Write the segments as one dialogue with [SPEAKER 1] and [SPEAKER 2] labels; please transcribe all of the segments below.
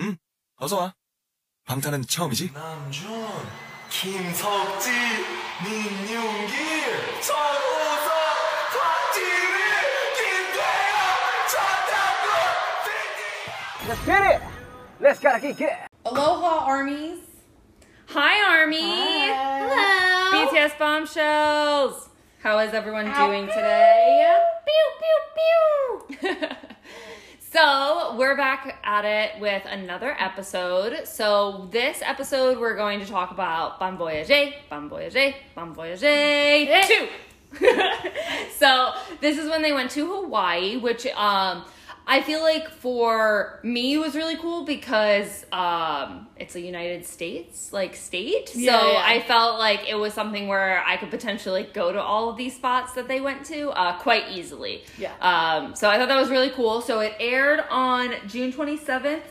[SPEAKER 1] 응? 어서 와. 방탄은 처음이지?
[SPEAKER 2] 남준, 김석지, 민윤길, 전호석, 박지민, 김태형, 전장군, 팬티!
[SPEAKER 3] Aloha, armies.
[SPEAKER 4] Hi, Army.
[SPEAKER 3] Hello.
[SPEAKER 4] BTS bombshells. How is everyone
[SPEAKER 3] How
[SPEAKER 4] doing
[SPEAKER 3] good?
[SPEAKER 4] today? Pew pew pew. so we're back at it with another episode. So this episode we're going to talk about Bon Voyage, Bon Voyage, Bon Voyage two. so this is when they went to Hawaii, which um I feel like for me was really cool because um it's a United States like state.
[SPEAKER 3] Yeah,
[SPEAKER 4] so
[SPEAKER 3] yeah.
[SPEAKER 4] I felt like it was something where I could potentially go to all of these spots that they went to uh, quite easily.
[SPEAKER 3] Yeah.
[SPEAKER 4] Um, so I thought that was really cool. So it aired on June 27th,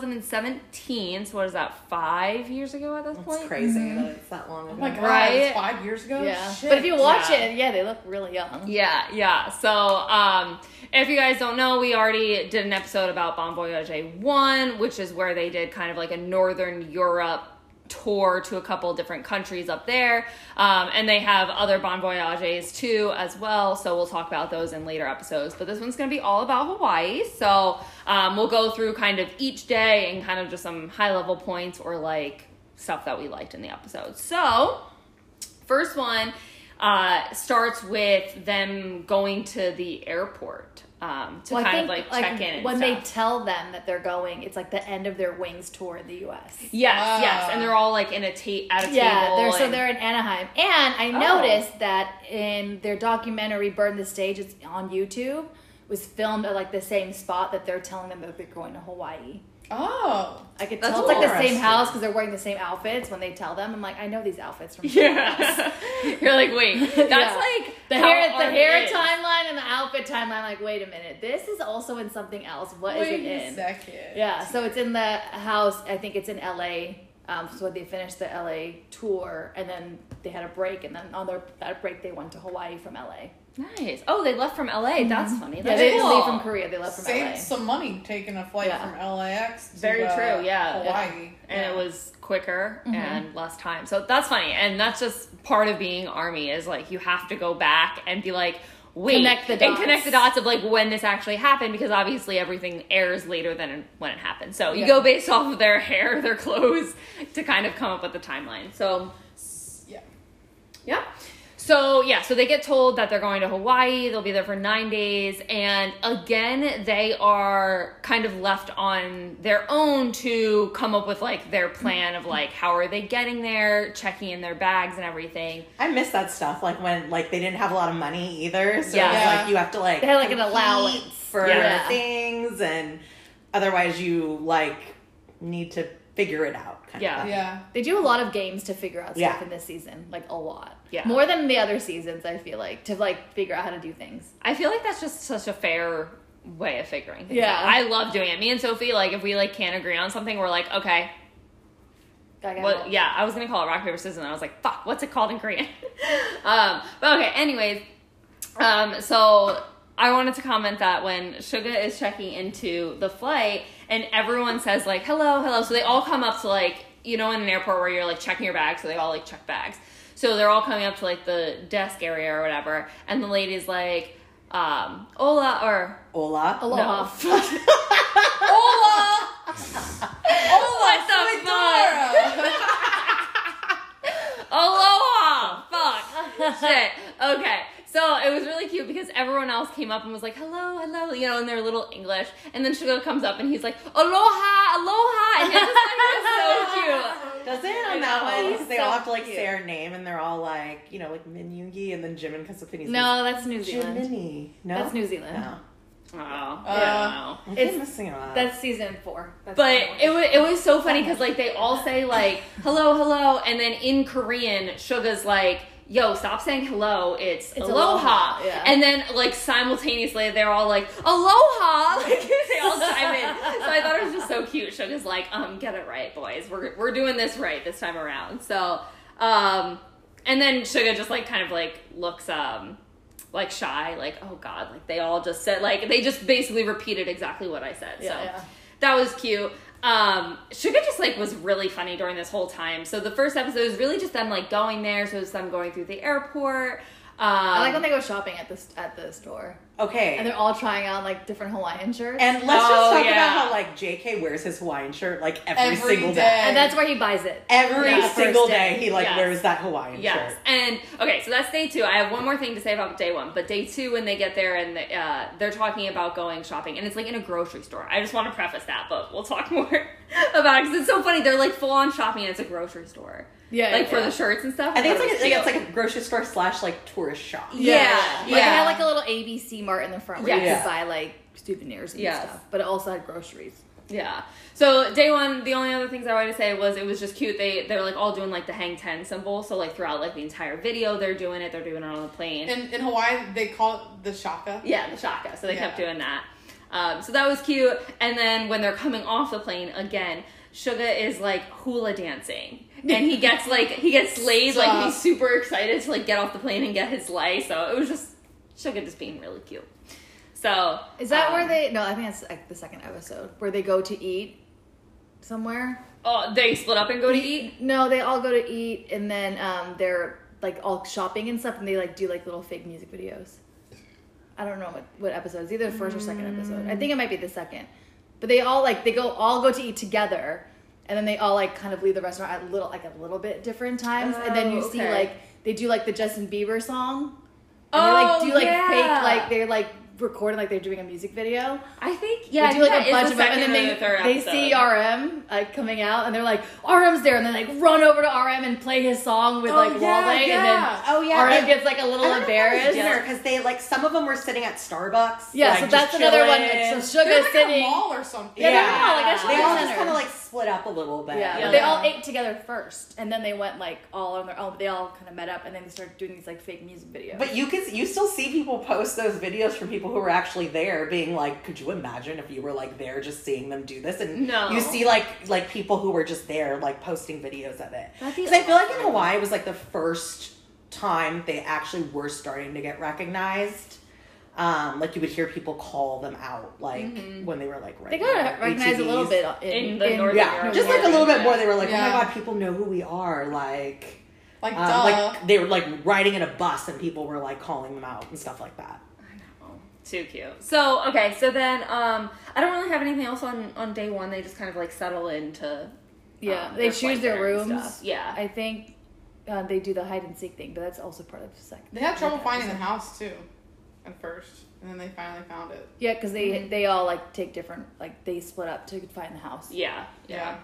[SPEAKER 4] 2017. So what is that, five years ago at this point?
[SPEAKER 5] It's crazy that it's that long ago.
[SPEAKER 6] Oh my god,
[SPEAKER 4] Right?
[SPEAKER 6] it's five years ago.
[SPEAKER 3] Yeah.
[SPEAKER 6] Shit.
[SPEAKER 3] But if you watch
[SPEAKER 4] Yeah.
[SPEAKER 3] it, yeah, they look really young.
[SPEAKER 4] Yeah, yeah. So, um, if you guys don't know, we already did an episode about Bon Voyage 1, which is where they did kind of like a Northern Europe tour to a couple different countries up there. Um, and they have other Bon Voyages too as well. So, we'll talk about those in later episodes. But this one's going to be all about Hawaii. So, um, we'll go through kind of each day and kind of just some high level points or like stuff that we liked in the episode. So, First one uh, starts with them going to the airport um, to
[SPEAKER 3] Well, I
[SPEAKER 4] kind of like
[SPEAKER 3] think,
[SPEAKER 4] check in. And
[SPEAKER 3] when
[SPEAKER 4] stuff.
[SPEAKER 3] they tell them that they're going, it's like the end of their Wings tour in the U.S.
[SPEAKER 4] yes, yes, and they're all like in a ta- at a
[SPEAKER 3] Yeah,
[SPEAKER 4] table.
[SPEAKER 3] they're, so
[SPEAKER 4] and-
[SPEAKER 3] they're in Anaheim, and I
[SPEAKER 4] Oh.
[SPEAKER 3] noticed that in their documentary "Burn the Stage," it's on YouTube, was filmed at like the same spot that they're telling them that they're going to Hawaii.
[SPEAKER 6] Oh.
[SPEAKER 3] I could
[SPEAKER 4] That's
[SPEAKER 3] tell it's like the same
[SPEAKER 6] interesting.
[SPEAKER 3] house because they're wearing the same outfits when they tell them. I'm like, I know these outfits from
[SPEAKER 4] yeah. You're like, wait, that's
[SPEAKER 3] Yeah.
[SPEAKER 4] like
[SPEAKER 3] the
[SPEAKER 4] how
[SPEAKER 3] hair, the
[SPEAKER 4] art
[SPEAKER 3] hair
[SPEAKER 4] is.
[SPEAKER 3] timeline and the outfit timeline. Like, wait a minute, this is also in something else. What is
[SPEAKER 6] Wait
[SPEAKER 3] it
[SPEAKER 6] a
[SPEAKER 3] in?
[SPEAKER 6] second.
[SPEAKER 3] Yeah, so it's in the house. I think it's in LA. Um, so they finished the LA tour, and then they had a break, and then on their that break they went to Hawaii from LA.
[SPEAKER 4] Nice. Oh, they left from LA. That's
[SPEAKER 3] Mm-hmm.
[SPEAKER 4] funny.
[SPEAKER 3] Yeah,
[SPEAKER 4] That's
[SPEAKER 3] they didn't
[SPEAKER 4] cool.
[SPEAKER 3] leave from Korea. They left from LA.
[SPEAKER 6] Saved some money taking a flight
[SPEAKER 3] Yeah.
[SPEAKER 6] from LAX. To,
[SPEAKER 4] Very
[SPEAKER 6] uh,
[SPEAKER 4] true, yeah.
[SPEAKER 6] Hawaii.
[SPEAKER 4] and
[SPEAKER 3] Yeah. Mm-hmm.
[SPEAKER 4] it was quicker and less time. So that's funny, and that's just part of being army is like you have to go back and be like, wait,
[SPEAKER 3] Connect the
[SPEAKER 4] and
[SPEAKER 3] dots.
[SPEAKER 4] connect the dots of like when this actually happened because obviously everything airs later than when it happened. So you
[SPEAKER 6] Yeah.
[SPEAKER 4] go based off of their hair, their clothes to kind of come up with the timeline. So
[SPEAKER 6] Yeah.
[SPEAKER 4] yeah. So yeah, so they get told that they're going to Hawaii. They'll be there for nine days, and again, they are kind of left on their own to come up with like their plan of like how are they getting there, checking in their bags and everything.
[SPEAKER 5] I miss that stuff. Like when like they didn't have a lot of money either, so
[SPEAKER 4] Yeah.
[SPEAKER 5] it was
[SPEAKER 6] Yeah.
[SPEAKER 5] like you have to like
[SPEAKER 3] They had, like, an
[SPEAKER 5] compete
[SPEAKER 3] allowance.
[SPEAKER 5] for
[SPEAKER 4] Yeah.
[SPEAKER 5] things, and otherwise you like need to figure it out. Kind
[SPEAKER 4] Yeah.
[SPEAKER 5] Of.
[SPEAKER 6] Yeah.
[SPEAKER 3] They do a lot of games to figure out stuff
[SPEAKER 5] Yeah.
[SPEAKER 3] in this season, like a lot.
[SPEAKER 4] Yeah.
[SPEAKER 3] more than the other seasons. I feel like to like figure out how to do things.
[SPEAKER 4] I feel like that's just such a fair way of figuring things
[SPEAKER 3] Yeah.
[SPEAKER 4] out. I love doing it. Me and Sophie, like if we like can't agree on something, we're like, okay,
[SPEAKER 3] Gotta get
[SPEAKER 4] Well,
[SPEAKER 3] out.
[SPEAKER 4] yeah, I was gonna call it rock paper scissors, and I was like, "Fuck, what's it called in Korean?" um, but okay, anyways, um, so I wanted to comment that when Suga is checking into the flight, and everyone says like, "Hello, hello," so they all come up to like, you know, in an airport where you're like checking your bags, so they all like check bags. So they're all coming up to like the desk area or whatever, and the lady's like, um, "Hola," or
[SPEAKER 5] Ola.
[SPEAKER 3] Aloha.
[SPEAKER 4] "Hola." what the fuck? Aloha! Fuck. Shit. Okay. So it was really cute because everyone else came up and was like, hello, hello, you know, in their little English. And then Sugar comes up and he's like, aloha, aloha. And it's just like, it's so cute.
[SPEAKER 5] Does it on that
[SPEAKER 4] know.
[SPEAKER 5] one? 'Cause they all
[SPEAKER 3] so
[SPEAKER 5] have to like
[SPEAKER 3] cute.
[SPEAKER 5] say our name, and they're all like you know like Min Yoongi and then Jim and Kasapini's
[SPEAKER 3] No, that's New Zealand.
[SPEAKER 5] Jiminy. No,
[SPEAKER 3] That's New Zealand.
[SPEAKER 5] No,
[SPEAKER 4] Oh,
[SPEAKER 6] Uh,
[SPEAKER 5] I keep
[SPEAKER 3] It's-
[SPEAKER 5] missing a lot.
[SPEAKER 3] That's season four. That's
[SPEAKER 4] But
[SPEAKER 3] season one.
[SPEAKER 4] it was, it was so funny because, like, they all say, like, hello, hello. And then in Korean, Suga's like, yo, stop saying hello. It's,
[SPEAKER 3] It's
[SPEAKER 4] aloha.
[SPEAKER 3] aloha, yeah.
[SPEAKER 4] And then, like, simultaneously, they're all like, aloha. Like, they all chime in. So I thought it was just so cute. Suga's like, um, get it right, boys. We're, we're doing this right this time around. So, um, and then Suga just, like, kind of, like, looks, um, like shy, like oh god, like they all just said, like they just basically repeated exactly what I said.
[SPEAKER 3] Yeah,
[SPEAKER 4] so
[SPEAKER 3] yeah.
[SPEAKER 4] that was cute. Um, Sugar just like was really funny during this whole time. So the first episode was really just them like going there. So it was them going through the airport. Um,
[SPEAKER 3] I like when they go shopping at this at the store,
[SPEAKER 5] Okay.
[SPEAKER 3] and they're all trying on like different Hawaiian shirts.
[SPEAKER 5] And let's just
[SPEAKER 4] Oh,
[SPEAKER 5] talk
[SPEAKER 4] yeah.
[SPEAKER 5] about how like JK wears his Hawaiian shirt like every,
[SPEAKER 6] Every
[SPEAKER 5] single day.
[SPEAKER 6] day.
[SPEAKER 3] And that's where he buys it.
[SPEAKER 5] Every
[SPEAKER 3] Yeah.
[SPEAKER 5] single
[SPEAKER 3] First day.
[SPEAKER 5] day, he like
[SPEAKER 4] Yes.
[SPEAKER 5] wears that Hawaiian
[SPEAKER 4] Yes.
[SPEAKER 5] shirt.
[SPEAKER 4] And okay, so that's day two. I have one more thing to say about day one, but day two, when they get there and uh, they're talking about going shopping, and it's like in a grocery store. I just want to preface that, but we'll talk more about it because it's so funny. They're like full on shopping, and it's a grocery store.
[SPEAKER 3] Yeah,
[SPEAKER 4] Like
[SPEAKER 3] yeah,
[SPEAKER 4] for
[SPEAKER 3] yeah.
[SPEAKER 4] the shirts and stuff.
[SPEAKER 5] I think it's
[SPEAKER 4] That
[SPEAKER 5] like,
[SPEAKER 4] was
[SPEAKER 5] I think it's
[SPEAKER 4] cute.
[SPEAKER 5] like a grocery store slash like tourist shop.
[SPEAKER 4] Yeah,
[SPEAKER 3] Like,
[SPEAKER 4] yeah.
[SPEAKER 3] It had like a little ABC mart in the front where you
[SPEAKER 5] Yes.
[SPEAKER 3] could buy like souvenirs and
[SPEAKER 4] Yes.
[SPEAKER 3] stuff, but it also had groceries.
[SPEAKER 4] Yeah. So day one, the only other things I wanted to say was it was just cute. They they're like all doing like the hang ten symbol. So like throughout like the entire video, they're doing it. They're doing it on the plane.
[SPEAKER 6] In, in Hawaii, they call it the shaka.
[SPEAKER 4] yeah, the shaka. So they kept
[SPEAKER 6] Yeah.
[SPEAKER 4] doing that. Um, so that was cute. And then when they're coming off the plane again, Suga is like hula dancing, and he gets like he gets laid. Like
[SPEAKER 6] Stop.
[SPEAKER 4] he's super excited to like get off the plane and get his lay. So it was just Suga just being really cute. So
[SPEAKER 3] Is that
[SPEAKER 4] um,
[SPEAKER 3] where they? No, I think it's like the second episode where they go to eat somewhere.
[SPEAKER 4] Oh, they split up and go to eat.
[SPEAKER 3] No, they all go to eat, and then um, they're like all shopping and stuff, and they like do like little fake music videos. I don't know what what episode. It's either the first or second episode. I think it might be the second. But they all like they go all go to eat together, and then they all like kind of leave the restaurant at little like a little bit different times, and then you
[SPEAKER 4] Oh,
[SPEAKER 3] see
[SPEAKER 4] okay.
[SPEAKER 3] like they do like the Justin Bieber song. And
[SPEAKER 4] Oh,
[SPEAKER 3] they like do like
[SPEAKER 4] yeah.
[SPEAKER 3] fake like they're like recording like they're doing a music video.
[SPEAKER 4] I think yeah,
[SPEAKER 3] they do
[SPEAKER 4] I
[SPEAKER 3] like
[SPEAKER 4] think
[SPEAKER 3] a
[SPEAKER 4] that
[SPEAKER 3] bunch
[SPEAKER 4] is
[SPEAKER 3] of
[SPEAKER 4] the
[SPEAKER 3] them, and
[SPEAKER 4] second
[SPEAKER 3] then
[SPEAKER 4] or the third
[SPEAKER 3] they, they see
[SPEAKER 4] episode.
[SPEAKER 3] RM like coming out, and they're like, "RM's there," and then like run over to RM and play his song with
[SPEAKER 6] Oh,
[SPEAKER 3] like
[SPEAKER 6] yeah,
[SPEAKER 3] Wale,
[SPEAKER 6] yeah.
[SPEAKER 5] Oh,
[SPEAKER 3] and then
[SPEAKER 5] yeah,
[SPEAKER 3] RM
[SPEAKER 5] they-
[SPEAKER 3] gets like a little embarrassed.
[SPEAKER 5] because they like some of them were sitting at Starbucks.
[SPEAKER 3] Yeah,
[SPEAKER 5] like,
[SPEAKER 3] so
[SPEAKER 5] just
[SPEAKER 3] that's another one.
[SPEAKER 5] chilling.
[SPEAKER 3] That's so
[SPEAKER 6] They're
[SPEAKER 3] Sugar
[SPEAKER 6] like
[SPEAKER 3] City.
[SPEAKER 6] a mall or something.
[SPEAKER 3] Yeah,
[SPEAKER 5] Yeah.
[SPEAKER 3] yeah, like oh, a
[SPEAKER 5] they
[SPEAKER 3] shopping
[SPEAKER 5] all just
[SPEAKER 3] center.
[SPEAKER 5] kind of like split up a little bit.
[SPEAKER 3] yeah,
[SPEAKER 4] Yeah.
[SPEAKER 3] but they all ate together first, and then they went like all on their own. But they all kind of met up, and then they started doing these like fake music videos.
[SPEAKER 5] But you can you still see people post those videos from people who were actually there, being like, "Could you imagine if you were like there, just seeing them do this?" And
[SPEAKER 4] No.
[SPEAKER 5] you see like like people who were just there, like posting videos of it.
[SPEAKER 4] That'd be
[SPEAKER 5] Because I feel like in Hawaii it was like the first time they actually were starting to get recognized. Um, like you would hear people call them out, like when they were like
[SPEAKER 3] Mm-hmm.
[SPEAKER 5] right.
[SPEAKER 3] they got
[SPEAKER 5] now,
[SPEAKER 3] to recognize a little
[SPEAKER 5] ATVs.
[SPEAKER 3] bit in,
[SPEAKER 4] In the northern
[SPEAKER 5] Yeah,
[SPEAKER 4] Europe.
[SPEAKER 5] just like a little bit more. They were like, "Oh
[SPEAKER 6] Yeah.
[SPEAKER 5] my god, people know who we are!" Like.
[SPEAKER 6] Like,
[SPEAKER 5] Um,
[SPEAKER 6] duh.
[SPEAKER 5] like they were like riding in a bus and people were like calling them out and stuff like that.
[SPEAKER 4] Too cute. So okay, so then um, I don't really have anything else on on day one. They just kind of like settle into
[SPEAKER 3] Yeah,
[SPEAKER 4] um,
[SPEAKER 3] they
[SPEAKER 4] their flight
[SPEAKER 3] choose their
[SPEAKER 4] there and
[SPEAKER 3] rooms.
[SPEAKER 4] stuff. Yeah.
[SPEAKER 3] I think uh, they do the hide and seek thing, but that's also part of second.
[SPEAKER 6] They had trouble finding the house too, at first, and then they finally found it.
[SPEAKER 3] Yeah, because they
[SPEAKER 4] Mm-hmm.
[SPEAKER 3] they all like take different like they split up to find the house.
[SPEAKER 4] yeah, yeah.
[SPEAKER 6] Yeah.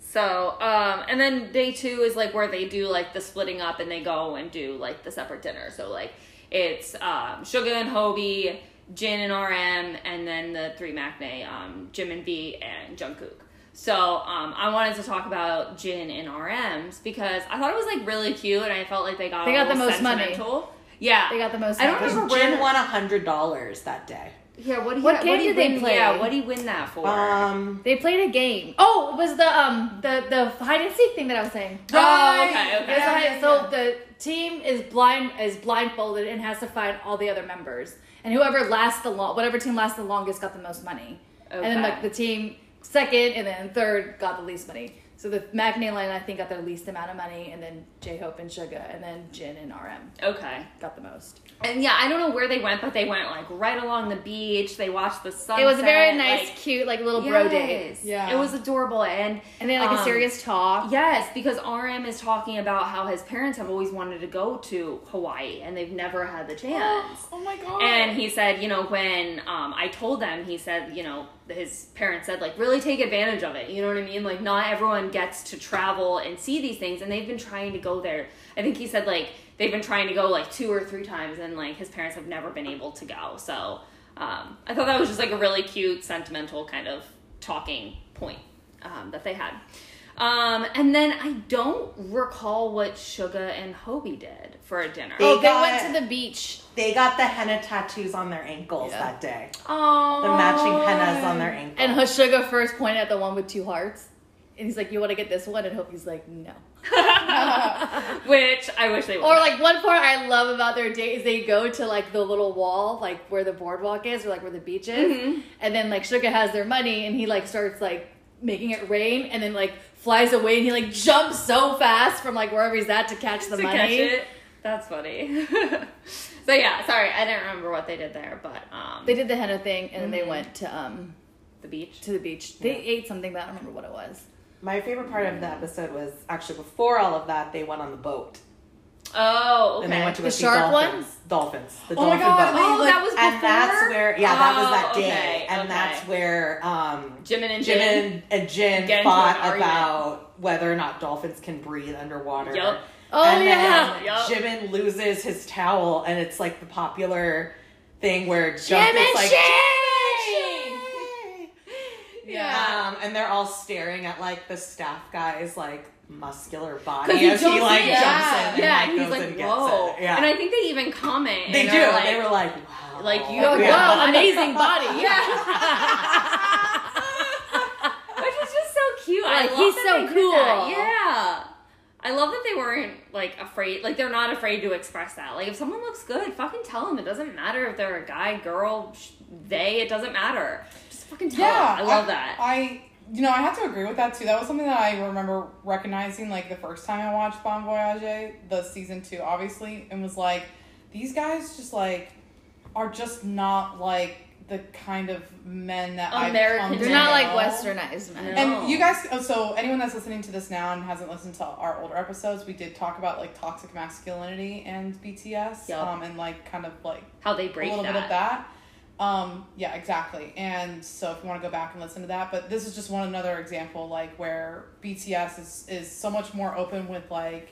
[SPEAKER 4] So um, and then day two is like where they do like the splitting up and they go and do like the separate dinner. So like it's um, Suga and Hobie, Jin and RM, and then the three Macne, um, Jim and V, and Jungkook. So um, I wanted to talk about Jin and RM's because I thought it was like really cute and I felt like they got
[SPEAKER 3] They
[SPEAKER 4] a
[SPEAKER 3] got the
[SPEAKER 4] little
[SPEAKER 3] most money.
[SPEAKER 4] sentimental. Yeah,
[SPEAKER 3] They got the most
[SPEAKER 4] I don't
[SPEAKER 3] money.
[SPEAKER 4] remember where
[SPEAKER 5] Jin won a hundred dollars that day.
[SPEAKER 4] Yeah, what do you
[SPEAKER 3] What
[SPEAKER 4] what,
[SPEAKER 3] game
[SPEAKER 4] do you
[SPEAKER 3] did they
[SPEAKER 4] win?
[SPEAKER 3] play?
[SPEAKER 4] Yeah, what do you win that for?
[SPEAKER 5] Um,
[SPEAKER 3] They played a game. Oh, it was the um the the hide and seek thing that I was saying.
[SPEAKER 4] oh, okay,
[SPEAKER 3] It was
[SPEAKER 4] okay.
[SPEAKER 3] the hide-
[SPEAKER 6] yeah,
[SPEAKER 3] so
[SPEAKER 6] yeah.
[SPEAKER 3] the team is blind is blindfolded and has to find all the other members, and whoever lasts the long whatever team lasts the longest got the most money, and then
[SPEAKER 4] Okay.
[SPEAKER 3] like the team second and then third got the least money. So the Magne line I think got the least amount of money, and then J Hope and Suga, and then Jin and RM
[SPEAKER 4] Okay.
[SPEAKER 3] got the most.
[SPEAKER 4] And yeah, I don't know where they went, but they went like right along the beach. They watched the sunset.
[SPEAKER 3] It was a very nice,
[SPEAKER 4] like,
[SPEAKER 3] cute, like little bro date.
[SPEAKER 4] yes.
[SPEAKER 6] Yeah.
[SPEAKER 4] It was adorable. And
[SPEAKER 3] And they had like a
[SPEAKER 4] um,
[SPEAKER 3] serious talk.
[SPEAKER 4] Yes, because RM is talking about how his parents have always wanted to go to Hawaii and they've never had the chance.
[SPEAKER 6] Oh my god.
[SPEAKER 4] And he said, you know, when um, I told them, he said, you know, his parents said, like, really take advantage of it. You know what I mean? Like, not everyone gets to travel and see these things. And they've been trying to go there. I think he said, like, they've been trying to go like two or three times, and like his parents have never been able to go. So um, I thought that was just like a really cute, sentimental kind of talking point um, that they had. Um, and then I don't recall what Suga and Hobie did for a dinner.
[SPEAKER 5] They
[SPEAKER 3] Oh, they
[SPEAKER 5] got-
[SPEAKER 3] went to the beach.
[SPEAKER 5] they got the henna tattoos on their ankles
[SPEAKER 3] Yeah.
[SPEAKER 5] that day.
[SPEAKER 4] Oh,
[SPEAKER 5] The matching hennas on their ankles.
[SPEAKER 3] And Hushuga first pointed at the one with two hearts. And he's like, You want to get this one? And Hopi's like, No.
[SPEAKER 4] Which I wish they would.
[SPEAKER 3] Or, like, one part I love about their date is they go to, like, the little wall, like, Mm-hmm. where the boardwalk is, or, like, where the beach is. And then, like, Suga has their money, and he, like, starts, like, making it rain and then like flies away and he like jumps so fast from like wherever he's at to catch the
[SPEAKER 4] to
[SPEAKER 3] money.
[SPEAKER 4] catch it. That's funny. so yeah, sorry, I didn't remember what they did there, but um,
[SPEAKER 3] They did the henna thing and then they went to um
[SPEAKER 4] the beach.
[SPEAKER 3] to the beach. They ate something but I don't remember what it was.
[SPEAKER 5] My favorite part of the episode was actually before all of that, they went on the boat
[SPEAKER 4] Oh, okay.
[SPEAKER 5] and they went to go
[SPEAKER 3] The
[SPEAKER 5] see
[SPEAKER 3] shark
[SPEAKER 5] dolphins. Dolphins. The dolphin boat.
[SPEAKER 4] Oh,
[SPEAKER 6] like-
[SPEAKER 4] that was before.
[SPEAKER 5] and that's where, yeah, that was that
[SPEAKER 4] Oh,
[SPEAKER 5] day,
[SPEAKER 4] okay,
[SPEAKER 5] and
[SPEAKER 4] okay.
[SPEAKER 5] that's where um,
[SPEAKER 4] Jimin and
[SPEAKER 5] Jim
[SPEAKER 4] Jin.
[SPEAKER 5] and, and Jin
[SPEAKER 4] Get into
[SPEAKER 5] fought
[SPEAKER 4] an argument.
[SPEAKER 5] about whether or not dolphins can breathe underwater.
[SPEAKER 4] Yup.
[SPEAKER 3] Oh,
[SPEAKER 5] and
[SPEAKER 3] yeah.
[SPEAKER 5] Then
[SPEAKER 4] Yup.
[SPEAKER 5] Jimin loses his towel, and it's like the popular thing where Jim
[SPEAKER 3] Jim
[SPEAKER 5] is
[SPEAKER 3] and
[SPEAKER 5] like,
[SPEAKER 3] Shane!
[SPEAKER 6] Yeah.
[SPEAKER 5] Um, and they're all staring at like the staff guy's like muscular
[SPEAKER 4] 'Cause
[SPEAKER 5] body
[SPEAKER 4] he
[SPEAKER 5] as
[SPEAKER 4] jumps
[SPEAKER 5] he like
[SPEAKER 4] in.
[SPEAKER 5] jumps in
[SPEAKER 4] Yeah,
[SPEAKER 5] and like,
[SPEAKER 4] and he's
[SPEAKER 5] goes
[SPEAKER 4] like,
[SPEAKER 5] and gets
[SPEAKER 4] whoa.
[SPEAKER 5] it. Yeah,
[SPEAKER 4] And I think they even comment.
[SPEAKER 5] they
[SPEAKER 4] and
[SPEAKER 5] do.
[SPEAKER 4] are Like,
[SPEAKER 5] they were like, wow,
[SPEAKER 4] like, you-
[SPEAKER 3] You're like,
[SPEAKER 4] Oh, Yeah.
[SPEAKER 3] wow, amazing body. Yeah.
[SPEAKER 4] which is just so cute. I
[SPEAKER 3] Like,
[SPEAKER 4] love
[SPEAKER 3] he's
[SPEAKER 4] that
[SPEAKER 3] so
[SPEAKER 4] they did that.
[SPEAKER 3] cool.
[SPEAKER 4] Yeah. I love that they weren't like afraid. Like they're not afraid to express that. Like if someone looks good, fucking tell them. It doesn't matter if they're a guy, girl, sh- they. It doesn't matter. Just fucking tell
[SPEAKER 6] Yeah,
[SPEAKER 4] them. Oh, I love that.
[SPEAKER 6] I you know I have to agree with that too. That was something that I remember recognizing like the first time I watched Bon Voyage, the season two, obviously, and was like, these guys just like are just not like the kind of men that I've
[SPEAKER 4] American
[SPEAKER 6] come
[SPEAKER 4] men.
[SPEAKER 3] They're
[SPEAKER 6] to
[SPEAKER 3] not like
[SPEAKER 6] know.
[SPEAKER 3] westernized men.
[SPEAKER 4] No.
[SPEAKER 6] And you guys, oh, so anyone that's listening to this now and hasn't listened to our older episodes, we did talk about like toxic masculinity and BTS,
[SPEAKER 4] Yup.
[SPEAKER 6] um, and like kind of like
[SPEAKER 4] How they break
[SPEAKER 6] a little
[SPEAKER 4] that.
[SPEAKER 6] bit of that. Um, yeah, exactly. And so if you want to go back and listen to that, but this is just one another example, like where BTS is is so much more open with like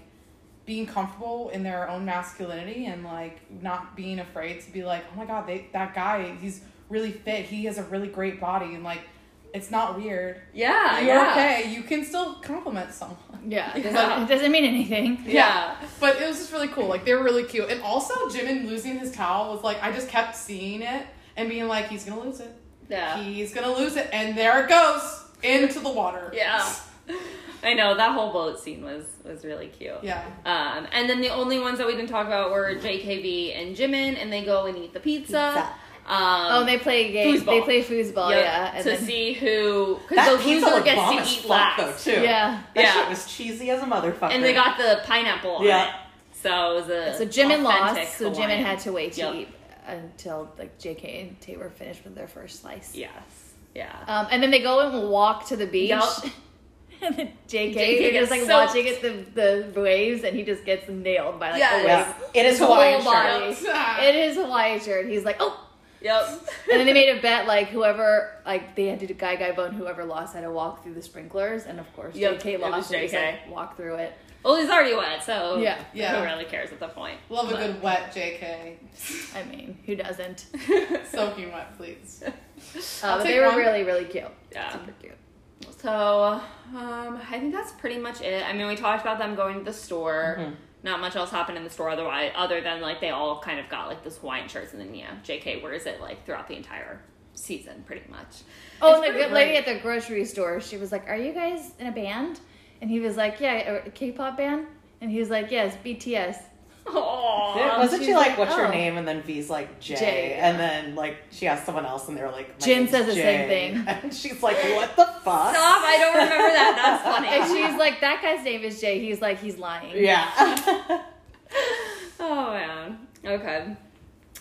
[SPEAKER 6] being comfortable in their own masculinity and like not being afraid to be like, oh my god, they that guy, he's really fit, he has a really great body, and like it's not weird.
[SPEAKER 4] Yeah.
[SPEAKER 6] You're
[SPEAKER 4] yeah.
[SPEAKER 6] okay. You can still compliment someone.
[SPEAKER 3] Yeah. it
[SPEAKER 4] Yeah.
[SPEAKER 3] doesn't- It doesn't mean anything.
[SPEAKER 4] Yeah.
[SPEAKER 6] But it was just really cool. Like they were really cute. And also Jimin losing his towel was like I just kept seeing it and being like, he's gonna lose it.
[SPEAKER 4] Yeah.
[SPEAKER 6] He's gonna lose it. And there it goes. Into the water.
[SPEAKER 4] Yeah. I know that whole boat scene was was really cute.
[SPEAKER 6] Yeah.
[SPEAKER 4] Um, and then the only ones that we didn't talk about were JKB and Jimin, and they go and eat the pizza.
[SPEAKER 5] Pizza.
[SPEAKER 4] Um,
[SPEAKER 3] Oh, they play a game. They
[SPEAKER 4] Foosball.
[SPEAKER 3] play foosball,
[SPEAKER 4] Yep,
[SPEAKER 3] Oh, yeah. And
[SPEAKER 4] to
[SPEAKER 3] then,
[SPEAKER 4] see who, because
[SPEAKER 5] that
[SPEAKER 4] the
[SPEAKER 5] pizza
[SPEAKER 4] loser
[SPEAKER 5] looked
[SPEAKER 4] gets
[SPEAKER 5] bomb as
[SPEAKER 4] to eat
[SPEAKER 5] fuck though
[SPEAKER 4] last.
[SPEAKER 5] too.
[SPEAKER 3] Yeah.
[SPEAKER 5] that
[SPEAKER 4] Yeah.
[SPEAKER 5] shit was cheesy as a motherfucker.
[SPEAKER 4] And they got the pineapple. on
[SPEAKER 5] Yeah.
[SPEAKER 4] it. So it was a
[SPEAKER 3] So Jim and
[SPEAKER 4] authentic
[SPEAKER 3] lost, so Jim
[SPEAKER 4] Hawaiian.
[SPEAKER 3] and had to wait to
[SPEAKER 4] Yep.
[SPEAKER 3] eat until like JK and Tay were finished with their first slice.
[SPEAKER 4] Yes. Yeah.
[SPEAKER 3] Um, and then they go and walk to the beach.
[SPEAKER 4] Yup.
[SPEAKER 3] And then JK,
[SPEAKER 4] JK
[SPEAKER 3] is
[SPEAKER 4] gets
[SPEAKER 3] like
[SPEAKER 4] soaked.
[SPEAKER 3] watching at the, the waves and he just gets nailed by like a
[SPEAKER 4] Yes.
[SPEAKER 3] wave.
[SPEAKER 5] yeah. it is
[SPEAKER 3] His
[SPEAKER 5] Hawaiian
[SPEAKER 3] whole
[SPEAKER 5] shirt.
[SPEAKER 3] body. It is Hawaii shirt. He's like, oh.
[SPEAKER 4] Yep.
[SPEAKER 3] And then they made a bet like whoever like they had to do guy guy bone whoever lost had to walk through the sprinklers and of course
[SPEAKER 4] Yup,
[SPEAKER 3] JK
[SPEAKER 4] it was
[SPEAKER 3] lost and just,
[SPEAKER 4] JK.
[SPEAKER 3] like, walk through it.
[SPEAKER 4] well, he's already wet, so
[SPEAKER 3] Yeah.
[SPEAKER 6] Yeah.
[SPEAKER 4] who really cares at that point?
[SPEAKER 6] Love a
[SPEAKER 4] But-
[SPEAKER 6] good wet JK.
[SPEAKER 3] I mean, who doesn't?
[SPEAKER 6] Soaking wet, please.
[SPEAKER 3] Uh, but
[SPEAKER 6] take
[SPEAKER 3] they were
[SPEAKER 6] one.
[SPEAKER 3] really really cute.
[SPEAKER 4] Yeah.
[SPEAKER 3] Super cute.
[SPEAKER 4] So, um, I think that's pretty much it. I mean, we talked about them going to the store.
[SPEAKER 3] Mm-hmm.
[SPEAKER 4] Not much else happened in the store otherwise, other than like they all kind of got like this Hawaiian shirts, and then yeah, J.K. wears it like throughout the entire season, pretty much.
[SPEAKER 3] Oh, and
[SPEAKER 4] It's
[SPEAKER 3] the
[SPEAKER 4] pretty
[SPEAKER 3] good lady
[SPEAKER 4] great.
[SPEAKER 3] at the grocery store, she was like, "Are you guys in a band?" And he was like, "Yeah, a K-pop band." And he was like, "Yes, BTS."
[SPEAKER 4] Aww.
[SPEAKER 5] It- Wasn't she
[SPEAKER 3] she's
[SPEAKER 5] like,
[SPEAKER 3] like,
[SPEAKER 5] what's your
[SPEAKER 3] oh.
[SPEAKER 5] name? And then V's like, Jay.
[SPEAKER 3] Jay,
[SPEAKER 5] And then, like, she asked someone else, and they were like, "My
[SPEAKER 3] Jin
[SPEAKER 5] name's
[SPEAKER 3] says the same
[SPEAKER 5] Jay."
[SPEAKER 3] thing.
[SPEAKER 5] And she's like, what the fuck?
[SPEAKER 4] Stop! I don't remember that. That's
[SPEAKER 3] And
[SPEAKER 4] funny.
[SPEAKER 3] she's like, "That guy's name is Jay." He's like, "He's lying."
[SPEAKER 5] Yeah.
[SPEAKER 4] Oh man. Okay.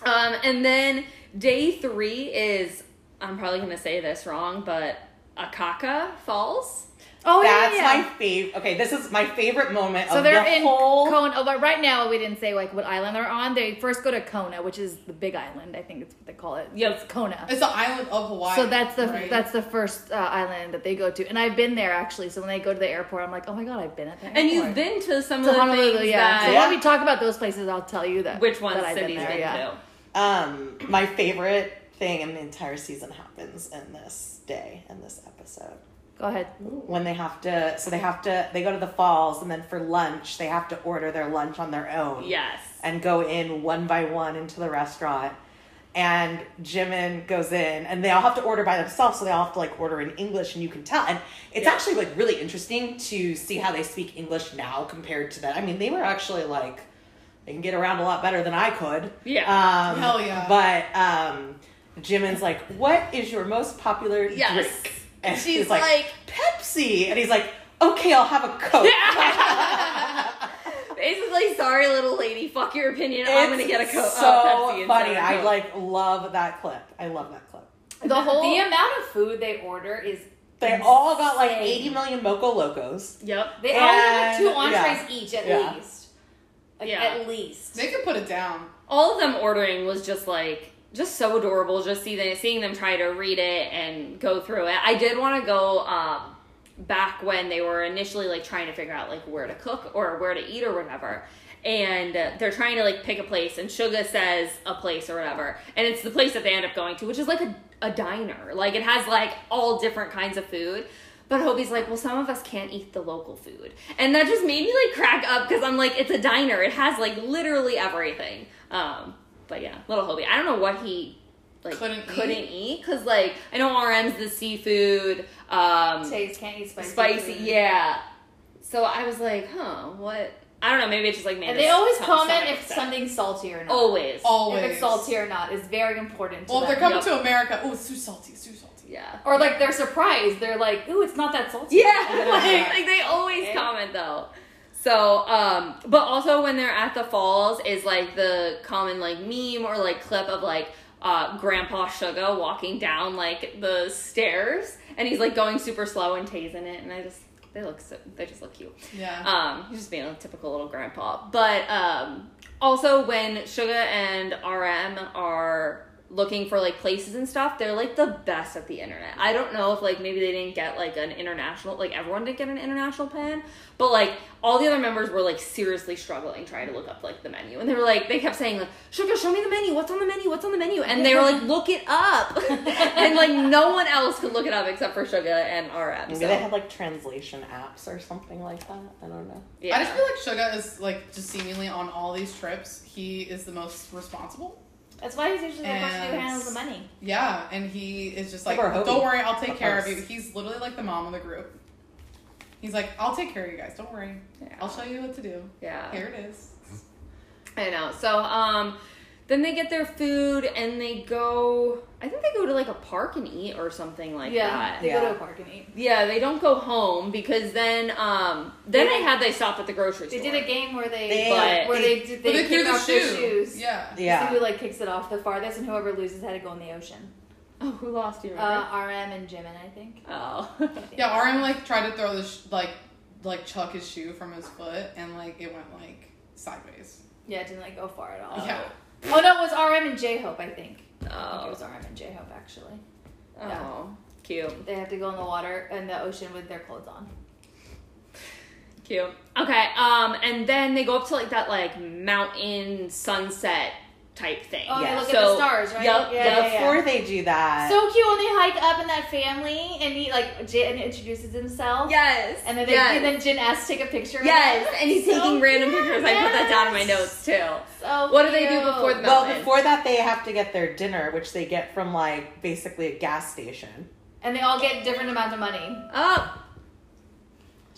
[SPEAKER 4] Um, and then day three is I'm probably gonna say this wrong, but Akaka Falls.
[SPEAKER 3] Oh
[SPEAKER 5] That's
[SPEAKER 3] yeah, yeah.
[SPEAKER 5] my favorite. Okay, this is my favorite moment
[SPEAKER 3] so
[SPEAKER 5] of
[SPEAKER 3] they're
[SPEAKER 5] the
[SPEAKER 3] in
[SPEAKER 5] whole.
[SPEAKER 3] Kona. Oh, but right now we didn't say like what island they're on. They first go to Kona, which is the Big Island. I think it's what they call it.
[SPEAKER 4] Yep.
[SPEAKER 3] it's Kona.
[SPEAKER 6] It's the island of Hawaii.
[SPEAKER 3] So that's the
[SPEAKER 6] right?
[SPEAKER 3] that's the first uh, island that they go to, and I've been there actually. So when they go to the airport, I'm like, "Oh my god, I've been at that."
[SPEAKER 4] And you've been to some
[SPEAKER 3] to
[SPEAKER 4] of the
[SPEAKER 3] Honolulu,
[SPEAKER 4] things
[SPEAKER 3] yeah. So
[SPEAKER 4] that
[SPEAKER 5] Yeah.
[SPEAKER 3] when we talk about those places, I'll tell you that
[SPEAKER 4] which ones
[SPEAKER 3] that I've
[SPEAKER 4] cities been,
[SPEAKER 3] there, yeah.
[SPEAKER 4] to.
[SPEAKER 5] um, my favorite thing in the entire season happens in this day, in this episode.
[SPEAKER 3] Go ahead.
[SPEAKER 5] When they have to, so they have to, they go to the falls, and then for lunch, they have to order their lunch on their own.
[SPEAKER 4] Yes.
[SPEAKER 5] and go in one by one into the restaurant. And Jimin goes in, and they all have to order by themselves, so they all have to like order in English, and you can tell. And it's
[SPEAKER 4] Yeah.
[SPEAKER 5] actually like really interesting to see how they speak English now compared to that. I mean, they were actually like they can get around a lot better than I could.
[SPEAKER 4] Yeah.
[SPEAKER 5] Um,
[SPEAKER 6] Hell yeah.
[SPEAKER 5] But um, Jimin's like, "What is your most popular
[SPEAKER 4] Yes.
[SPEAKER 5] drink?" And
[SPEAKER 3] She's
[SPEAKER 5] he's like,
[SPEAKER 3] like-
[SPEAKER 5] Pepsi, and he's like, okay, I'll have a coke.
[SPEAKER 4] Basically, sorry, little lady. Fuck your opinion. I'm
[SPEAKER 5] It's
[SPEAKER 4] gonna get a uh, coat.
[SPEAKER 5] So funny. I like love that clip. I love that clip.
[SPEAKER 7] The whole
[SPEAKER 3] the amount of food they order is
[SPEAKER 5] They all got like
[SPEAKER 3] Insane.
[SPEAKER 5] 80 million Moco Locos.
[SPEAKER 4] Yep.
[SPEAKER 3] they all have like two
[SPEAKER 5] And- yeah.
[SPEAKER 3] entrees each at
[SPEAKER 5] Yeah.
[SPEAKER 3] least. Like
[SPEAKER 4] Yeah.
[SPEAKER 3] at least.
[SPEAKER 6] They could put it down.
[SPEAKER 4] All of them ordering was just like just so adorable. Just see them, seeing them try to read it and go through it. I did want to go um, back when they were initially like trying to figure out like where to cook or where to eat or whatever. And uh, they're trying to like pick a place, and Suga says a place or whatever, and it's the place that they end up going to, which is like a, a diner. Like it has like all different kinds of food. But Hobie's like, well, some of us can't eat the local food. And that just made me like crack up because I'm like, it's a diner. It has like literally everything. Um, but yeah, little Hobie. I don't know what he like
[SPEAKER 6] Couldn't
[SPEAKER 4] couldn't, eat because like I know RM's the seafood, um,
[SPEAKER 3] Taste can't eat spicy.
[SPEAKER 4] spicy.
[SPEAKER 3] food.
[SPEAKER 4] Yeah. So I was like, huh, what? I don't know. Maybe it's just like man.
[SPEAKER 3] And
[SPEAKER 4] this
[SPEAKER 3] they always
[SPEAKER 4] sounds
[SPEAKER 3] comment
[SPEAKER 4] so
[SPEAKER 3] if
[SPEAKER 4] upset.
[SPEAKER 3] something's salty or not.
[SPEAKER 4] always.
[SPEAKER 6] Always.
[SPEAKER 3] If it's salty or not is very important to
[SPEAKER 6] Well, if
[SPEAKER 3] them.
[SPEAKER 6] they're coming
[SPEAKER 4] Yep.
[SPEAKER 6] to America, oh, it's too salty. It's too salty.
[SPEAKER 4] Yeah.
[SPEAKER 3] or like they're surprised. They're like, ooh, it's not that salty.
[SPEAKER 4] Yeah, like, like they always
[SPEAKER 3] Okay.
[SPEAKER 4] comment though. So, um, but also when they're at the falls is like the common like meme or like clip of like uh, Grandpa Suga walking down like the stairs and he's like going super slow and tasing it, and I just they look so they just look cute.
[SPEAKER 6] Yeah.
[SPEAKER 4] Um, he's just being a typical little grandpa. But um, also when Suga and RM are looking for like places and stuff, they're like the best at the internet. I don't know if like maybe they didn't get like an international, like everyone didn't get an international plan, but like all the other members were like seriously struggling trying to look up like the menu, and they were like they kept saying like Suga, show me the menu. What's on the menu? What's on the menu? And they were like look it up, and like no one else could look it up except for Suga and RM.
[SPEAKER 5] Maybe
[SPEAKER 4] So,
[SPEAKER 5] they had like translation apps or something like that. I don't know.
[SPEAKER 4] yeah.
[SPEAKER 6] I just feel like Suga is like just seemingly on all these trips. He is the most responable.
[SPEAKER 3] That's why he's usually the person who
[SPEAKER 6] And-
[SPEAKER 3] handles the money.
[SPEAKER 6] Yeah, and he is just like,
[SPEAKER 5] Or Hobie.
[SPEAKER 6] don't worry, I'll take
[SPEAKER 5] Of
[SPEAKER 6] care of you.
[SPEAKER 5] course.
[SPEAKER 6] He's literally like the mom of the group. He's like, I'll take care of you guys. Don't worry.
[SPEAKER 4] Yeah.
[SPEAKER 6] I'll show you what to do.
[SPEAKER 4] yeah.
[SPEAKER 6] Here it is.
[SPEAKER 4] I know. So um then they get their food and they go I think they go to like a park and eat or something like
[SPEAKER 3] yeah,
[SPEAKER 4] that.
[SPEAKER 3] they go
[SPEAKER 5] Yeah.
[SPEAKER 3] to a park and eat.
[SPEAKER 4] Yeah, they don't go home because then um then
[SPEAKER 3] They-
[SPEAKER 4] they had they stop at the grocery
[SPEAKER 3] They
[SPEAKER 4] store.
[SPEAKER 3] did a game where they,
[SPEAKER 5] They-
[SPEAKER 3] like, where they did they,
[SPEAKER 6] But
[SPEAKER 3] kick off their shoes.
[SPEAKER 6] Yeah.
[SPEAKER 5] Yeah.
[SPEAKER 3] See who like kicks it off the farthest, and whoever loses had to go in the ocean.
[SPEAKER 4] Oh, who lost you?
[SPEAKER 3] Uh, RM and Jimin, I think.
[SPEAKER 4] oh.
[SPEAKER 6] Yeah, RM like tried to throw the sh- like like chuck his shoe from his foot and like it went like sideways.
[SPEAKER 3] Yeah, it didn't like go far at all.
[SPEAKER 6] Yeah.
[SPEAKER 3] Oh no, it was RM and J Hope, I think. I think it
[SPEAKER 4] Oh.
[SPEAKER 3] was RM and J Hope actually.
[SPEAKER 4] Oh. Cute.
[SPEAKER 3] They have to go in the water in the ocean with their clothes on.
[SPEAKER 4] Cute. Okay. Um and then they go up to like that like mountain sunset type thing.
[SPEAKER 3] Oh,
[SPEAKER 5] Yeah.
[SPEAKER 3] they look at
[SPEAKER 4] So-
[SPEAKER 3] the stars, right?
[SPEAKER 4] Yup,
[SPEAKER 3] yeah,
[SPEAKER 4] yup.
[SPEAKER 3] yeah, yeah.
[SPEAKER 5] Before they do that,
[SPEAKER 3] So cute when they hike up in that family, and he like Jin introduces himself.
[SPEAKER 4] Yes.
[SPEAKER 3] And then they,
[SPEAKER 4] yes.
[SPEAKER 3] and then Jin asks to take a picture. of
[SPEAKER 4] Yes,
[SPEAKER 3] him.
[SPEAKER 4] and he's
[SPEAKER 3] So
[SPEAKER 4] taking random
[SPEAKER 3] cute.
[SPEAKER 4] pictures. I put that down in my
[SPEAKER 3] Yes.
[SPEAKER 4] notes too.
[SPEAKER 3] So
[SPEAKER 4] What do they do
[SPEAKER 3] cute.
[SPEAKER 4] before the-
[SPEAKER 5] well,
[SPEAKER 4] Melvin.
[SPEAKER 5] before that, they have to get their dinner, which they get from like basically a gas station.
[SPEAKER 3] And they all get different amounts of money.
[SPEAKER 4] Oh,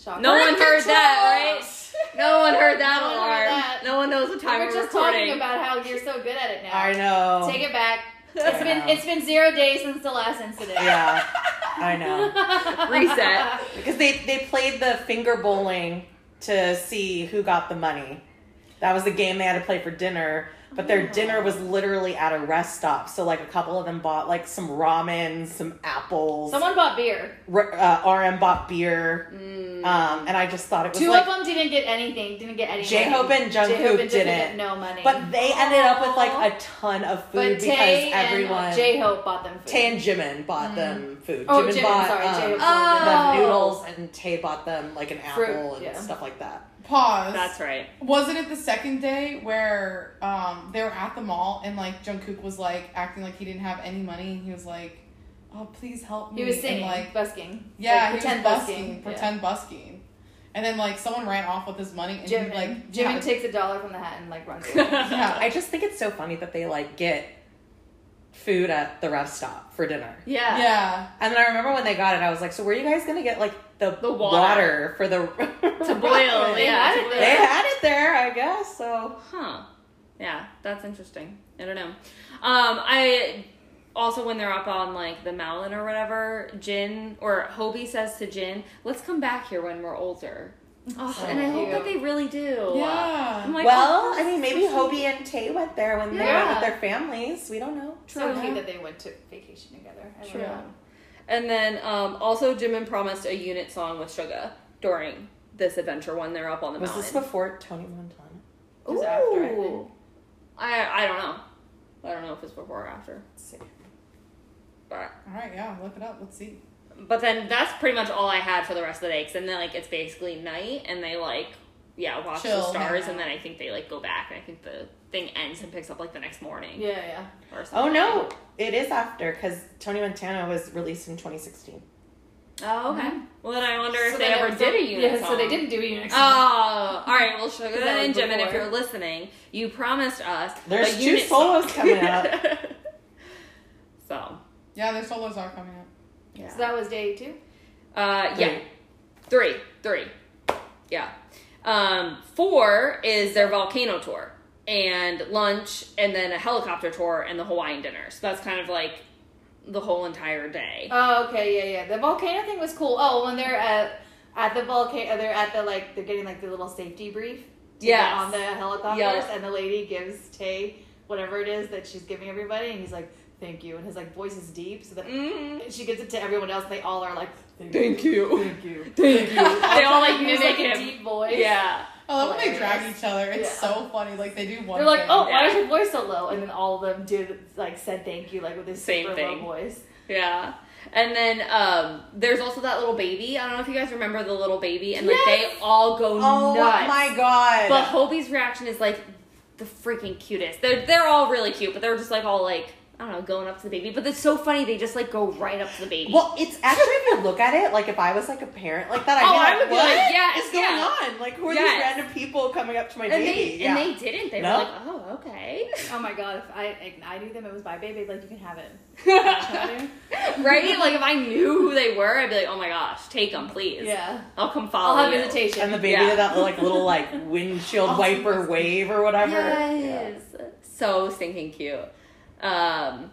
[SPEAKER 3] Shocker.
[SPEAKER 4] no one heard that, right? No one heard that
[SPEAKER 3] No one heard
[SPEAKER 4] alarm.
[SPEAKER 3] that.
[SPEAKER 4] No one knows what time
[SPEAKER 3] We
[SPEAKER 4] we're,
[SPEAKER 3] were just
[SPEAKER 4] recording.
[SPEAKER 3] talking about how you're so good at it now.
[SPEAKER 5] I know.
[SPEAKER 3] Take it back. It's been
[SPEAKER 5] know.
[SPEAKER 3] it's been zero days since the last incident.
[SPEAKER 5] yeah, I know.
[SPEAKER 4] Reset.
[SPEAKER 5] Because they they played the finger bowling to see who got the money. That was the game they had to play for dinner. But their
[SPEAKER 3] Oh.
[SPEAKER 5] dinner was literally at a rest stop. So like a couple of them bought like some ramen, some apples.
[SPEAKER 3] Someone bought beer.
[SPEAKER 5] R- uh, RM bought beer. Um, and I just thought it was
[SPEAKER 3] Mm. Two
[SPEAKER 5] like
[SPEAKER 3] of them didn't get anything. Didn't get anything.
[SPEAKER 5] J-Hope and Jungkook
[SPEAKER 3] J-Hope and
[SPEAKER 5] didn't.
[SPEAKER 3] No money.
[SPEAKER 5] But they ended up with like a ton of food
[SPEAKER 3] but
[SPEAKER 5] because
[SPEAKER 3] Tay
[SPEAKER 5] everyone.
[SPEAKER 3] and uh, J-Hope bought them food.
[SPEAKER 5] Tay and Jimin bought them food.
[SPEAKER 3] oh,
[SPEAKER 5] Jimin,
[SPEAKER 3] Jimin,
[SPEAKER 5] bought
[SPEAKER 3] sorry,
[SPEAKER 5] um,
[SPEAKER 3] J-Hope.
[SPEAKER 4] Oh.
[SPEAKER 5] the noodles, and Tay bought them like an apple
[SPEAKER 3] Fruit,
[SPEAKER 5] and
[SPEAKER 3] yeah.
[SPEAKER 5] stuff like that.
[SPEAKER 6] Pause.
[SPEAKER 4] That's right.
[SPEAKER 6] Wasn't it the second day where um, they were at the mall and like Jungkook was like acting like he didn't have any money and he was like, "Oh, please help me."
[SPEAKER 3] He was
[SPEAKER 6] and,
[SPEAKER 3] singing,
[SPEAKER 6] like,
[SPEAKER 3] busking.
[SPEAKER 6] yeah,
[SPEAKER 3] Like,
[SPEAKER 6] he was
[SPEAKER 3] pretend
[SPEAKER 6] busking,
[SPEAKER 3] Yeah.
[SPEAKER 6] pretend busking, and then like someone ran off with his money and
[SPEAKER 3] Jimin,
[SPEAKER 6] he like
[SPEAKER 3] Jimin
[SPEAKER 6] yeah,
[SPEAKER 3] takes a dollar from the hat and like runs. away.
[SPEAKER 6] yeah.
[SPEAKER 5] I just think it's so funny that they like get food at the rest stop for dinner.
[SPEAKER 4] Yeah.
[SPEAKER 6] Yeah.
[SPEAKER 5] And then I remember when they got it, I was like, "So where are you guys gonna get like the,
[SPEAKER 4] The water.
[SPEAKER 5] for the
[SPEAKER 4] To boil.
[SPEAKER 3] They
[SPEAKER 4] Yeah.
[SPEAKER 3] had
[SPEAKER 4] to
[SPEAKER 3] it
[SPEAKER 4] boil.
[SPEAKER 5] They had it there, I guess. So
[SPEAKER 4] Huh. Yeah, that's interesting. I don't know. Um, I also when they're up on like the mountain or whatever, Jin or Hobie says to Jin, "Let's come back here when we're older." Oh, and I hope that they really do.
[SPEAKER 6] Yeah.
[SPEAKER 4] I'm like,
[SPEAKER 5] well,
[SPEAKER 4] oh,
[SPEAKER 5] I mean, maybe Hobie and Tay went there when they went
[SPEAKER 3] Yeah.
[SPEAKER 5] with their families. We don't know.
[SPEAKER 3] So cute that they went to vacation together. I
[SPEAKER 4] True.
[SPEAKER 3] Love that.
[SPEAKER 4] And then um, also Jimin promised a unit song with Suga during this adventure when they're up on the
[SPEAKER 5] Was
[SPEAKER 4] mountain.
[SPEAKER 5] this before Tony Montana?
[SPEAKER 6] It was after, I think.
[SPEAKER 4] Ooh. I I don't know. I don't know if it's before or after.
[SPEAKER 5] Let's see.
[SPEAKER 4] But
[SPEAKER 6] All right, yeah, look it up. Let's see.
[SPEAKER 4] but then that's pretty much all I had for the rest of the day. 'cause then they, like it's basically night and they like yeah watch the
[SPEAKER 6] Chill,
[SPEAKER 4] stars
[SPEAKER 6] hang
[SPEAKER 4] and
[SPEAKER 6] out.
[SPEAKER 4] then I think they like go back and I think the thing ends and picks up like the next morning.
[SPEAKER 3] Yeah, yeah.
[SPEAKER 4] Or
[SPEAKER 5] Oh
[SPEAKER 4] something.
[SPEAKER 5] no, it is after because Tony Montana was released in 2016.
[SPEAKER 4] Oh okay. Well then I wonder if
[SPEAKER 3] So
[SPEAKER 4] they
[SPEAKER 3] then
[SPEAKER 4] ever
[SPEAKER 3] it-
[SPEAKER 4] did a unit
[SPEAKER 3] Yeah,
[SPEAKER 4] song.
[SPEAKER 3] so they didn't do a unit.
[SPEAKER 4] Oh, all right. Well, Sugar
[SPEAKER 3] That
[SPEAKER 4] and
[SPEAKER 3] was
[SPEAKER 4] Jimin, if
[SPEAKER 3] before.
[SPEAKER 4] you're listening, you promised us
[SPEAKER 5] There's
[SPEAKER 4] a
[SPEAKER 5] two
[SPEAKER 4] unit song.
[SPEAKER 5] solos coming out.
[SPEAKER 4] so
[SPEAKER 6] Yeah, their solos are coming up.
[SPEAKER 4] yeah,
[SPEAKER 3] Oh, So that was day two.
[SPEAKER 4] uh, yeah,
[SPEAKER 5] Three.
[SPEAKER 4] three, three, yeah. Um, four is their volcano tour and lunch, and then a helicopter tour and the Hawaiian dinner. So that's kind of like the whole entire day.
[SPEAKER 3] Oh, okay, yeah, yeah. The volcano thing was cool. Oh, when they're at at the volcano, they're at the like they're getting like the little safety brief. to get
[SPEAKER 4] Yes.
[SPEAKER 3] On the helicopters,
[SPEAKER 4] Yes.
[SPEAKER 3] and the lady gives Tay whatever it is that she's giving everybody, and he's like, "Thank you," and his like voice is deep, so that
[SPEAKER 4] Mm,
[SPEAKER 3] she gives it to everyone else, and they all are like, "Thank,
[SPEAKER 4] you.
[SPEAKER 3] thank you."
[SPEAKER 4] Thank you. They all like
[SPEAKER 3] He was,
[SPEAKER 4] mimic
[SPEAKER 3] a
[SPEAKER 4] him.
[SPEAKER 3] deep voice.
[SPEAKER 4] Yeah.
[SPEAKER 6] I love when Oh, they drag
[SPEAKER 3] Hilarious.
[SPEAKER 6] each other. It's
[SPEAKER 3] Yeah.
[SPEAKER 6] so funny. Like they do one.
[SPEAKER 3] They're like,
[SPEAKER 6] thing.
[SPEAKER 3] "Oh, why
[SPEAKER 4] Yeah.
[SPEAKER 3] is your voice so low?" And then all of them did like said thank you like with this
[SPEAKER 4] Same
[SPEAKER 3] super
[SPEAKER 4] thing.
[SPEAKER 3] low voice.
[SPEAKER 4] Yeah. And then um, there's also that little baby. I don't know if you guys remember the little baby, and like they all go
[SPEAKER 5] Oh
[SPEAKER 4] nuts.
[SPEAKER 5] my god!
[SPEAKER 4] But Hobie's reaction is like the freaking cutest. They're they're all really cute, but they're just like all like I don't know, going up to the baby. But it's so funny. They just like go right up to the baby.
[SPEAKER 5] well, it's actually if you look at it, like if I was like a parent like that, I'd
[SPEAKER 4] Oh,
[SPEAKER 5] be like,
[SPEAKER 4] I would be
[SPEAKER 5] what
[SPEAKER 4] like, yes,
[SPEAKER 5] is going
[SPEAKER 4] yeah.
[SPEAKER 5] on? Like, who are
[SPEAKER 4] Yes.
[SPEAKER 5] these random people coming up to my
[SPEAKER 4] and
[SPEAKER 5] baby?
[SPEAKER 4] they
[SPEAKER 5] yeah.
[SPEAKER 4] and they didn't. They were
[SPEAKER 5] No.
[SPEAKER 4] like, oh okay,
[SPEAKER 3] Oh my god! If I if I knew them, it was my baby. Like you can have it.
[SPEAKER 4] right? Like if I knew who they were, I'd be like, oh my gosh, take them, please.
[SPEAKER 3] Yeah.
[SPEAKER 4] I'll come
[SPEAKER 3] I'll
[SPEAKER 4] follow
[SPEAKER 3] have
[SPEAKER 4] you.
[SPEAKER 3] visitation.
[SPEAKER 5] and the baby
[SPEAKER 4] Yeah.
[SPEAKER 5] did that like little like windshield wiper wave or whatever.
[SPEAKER 4] Yes. So stinking cute. Um,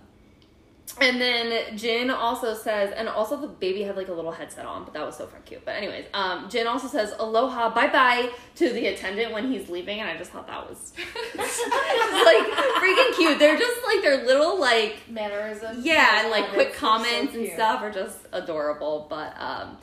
[SPEAKER 4] and then Jin also says, and also the baby had like a little headset on, but that was so fucking cute. But anyways, um, Jin also says aloha, bye bye to the attendant when he's leaving, and I just thought that was just, like freaking cute. They're just like their little like
[SPEAKER 3] mannerisms.
[SPEAKER 4] yeah, and like quick
[SPEAKER 3] Comments.
[SPEAKER 4] comments
[SPEAKER 3] So
[SPEAKER 4] and
[SPEAKER 3] cute.
[SPEAKER 4] stuff are just adorable. But um,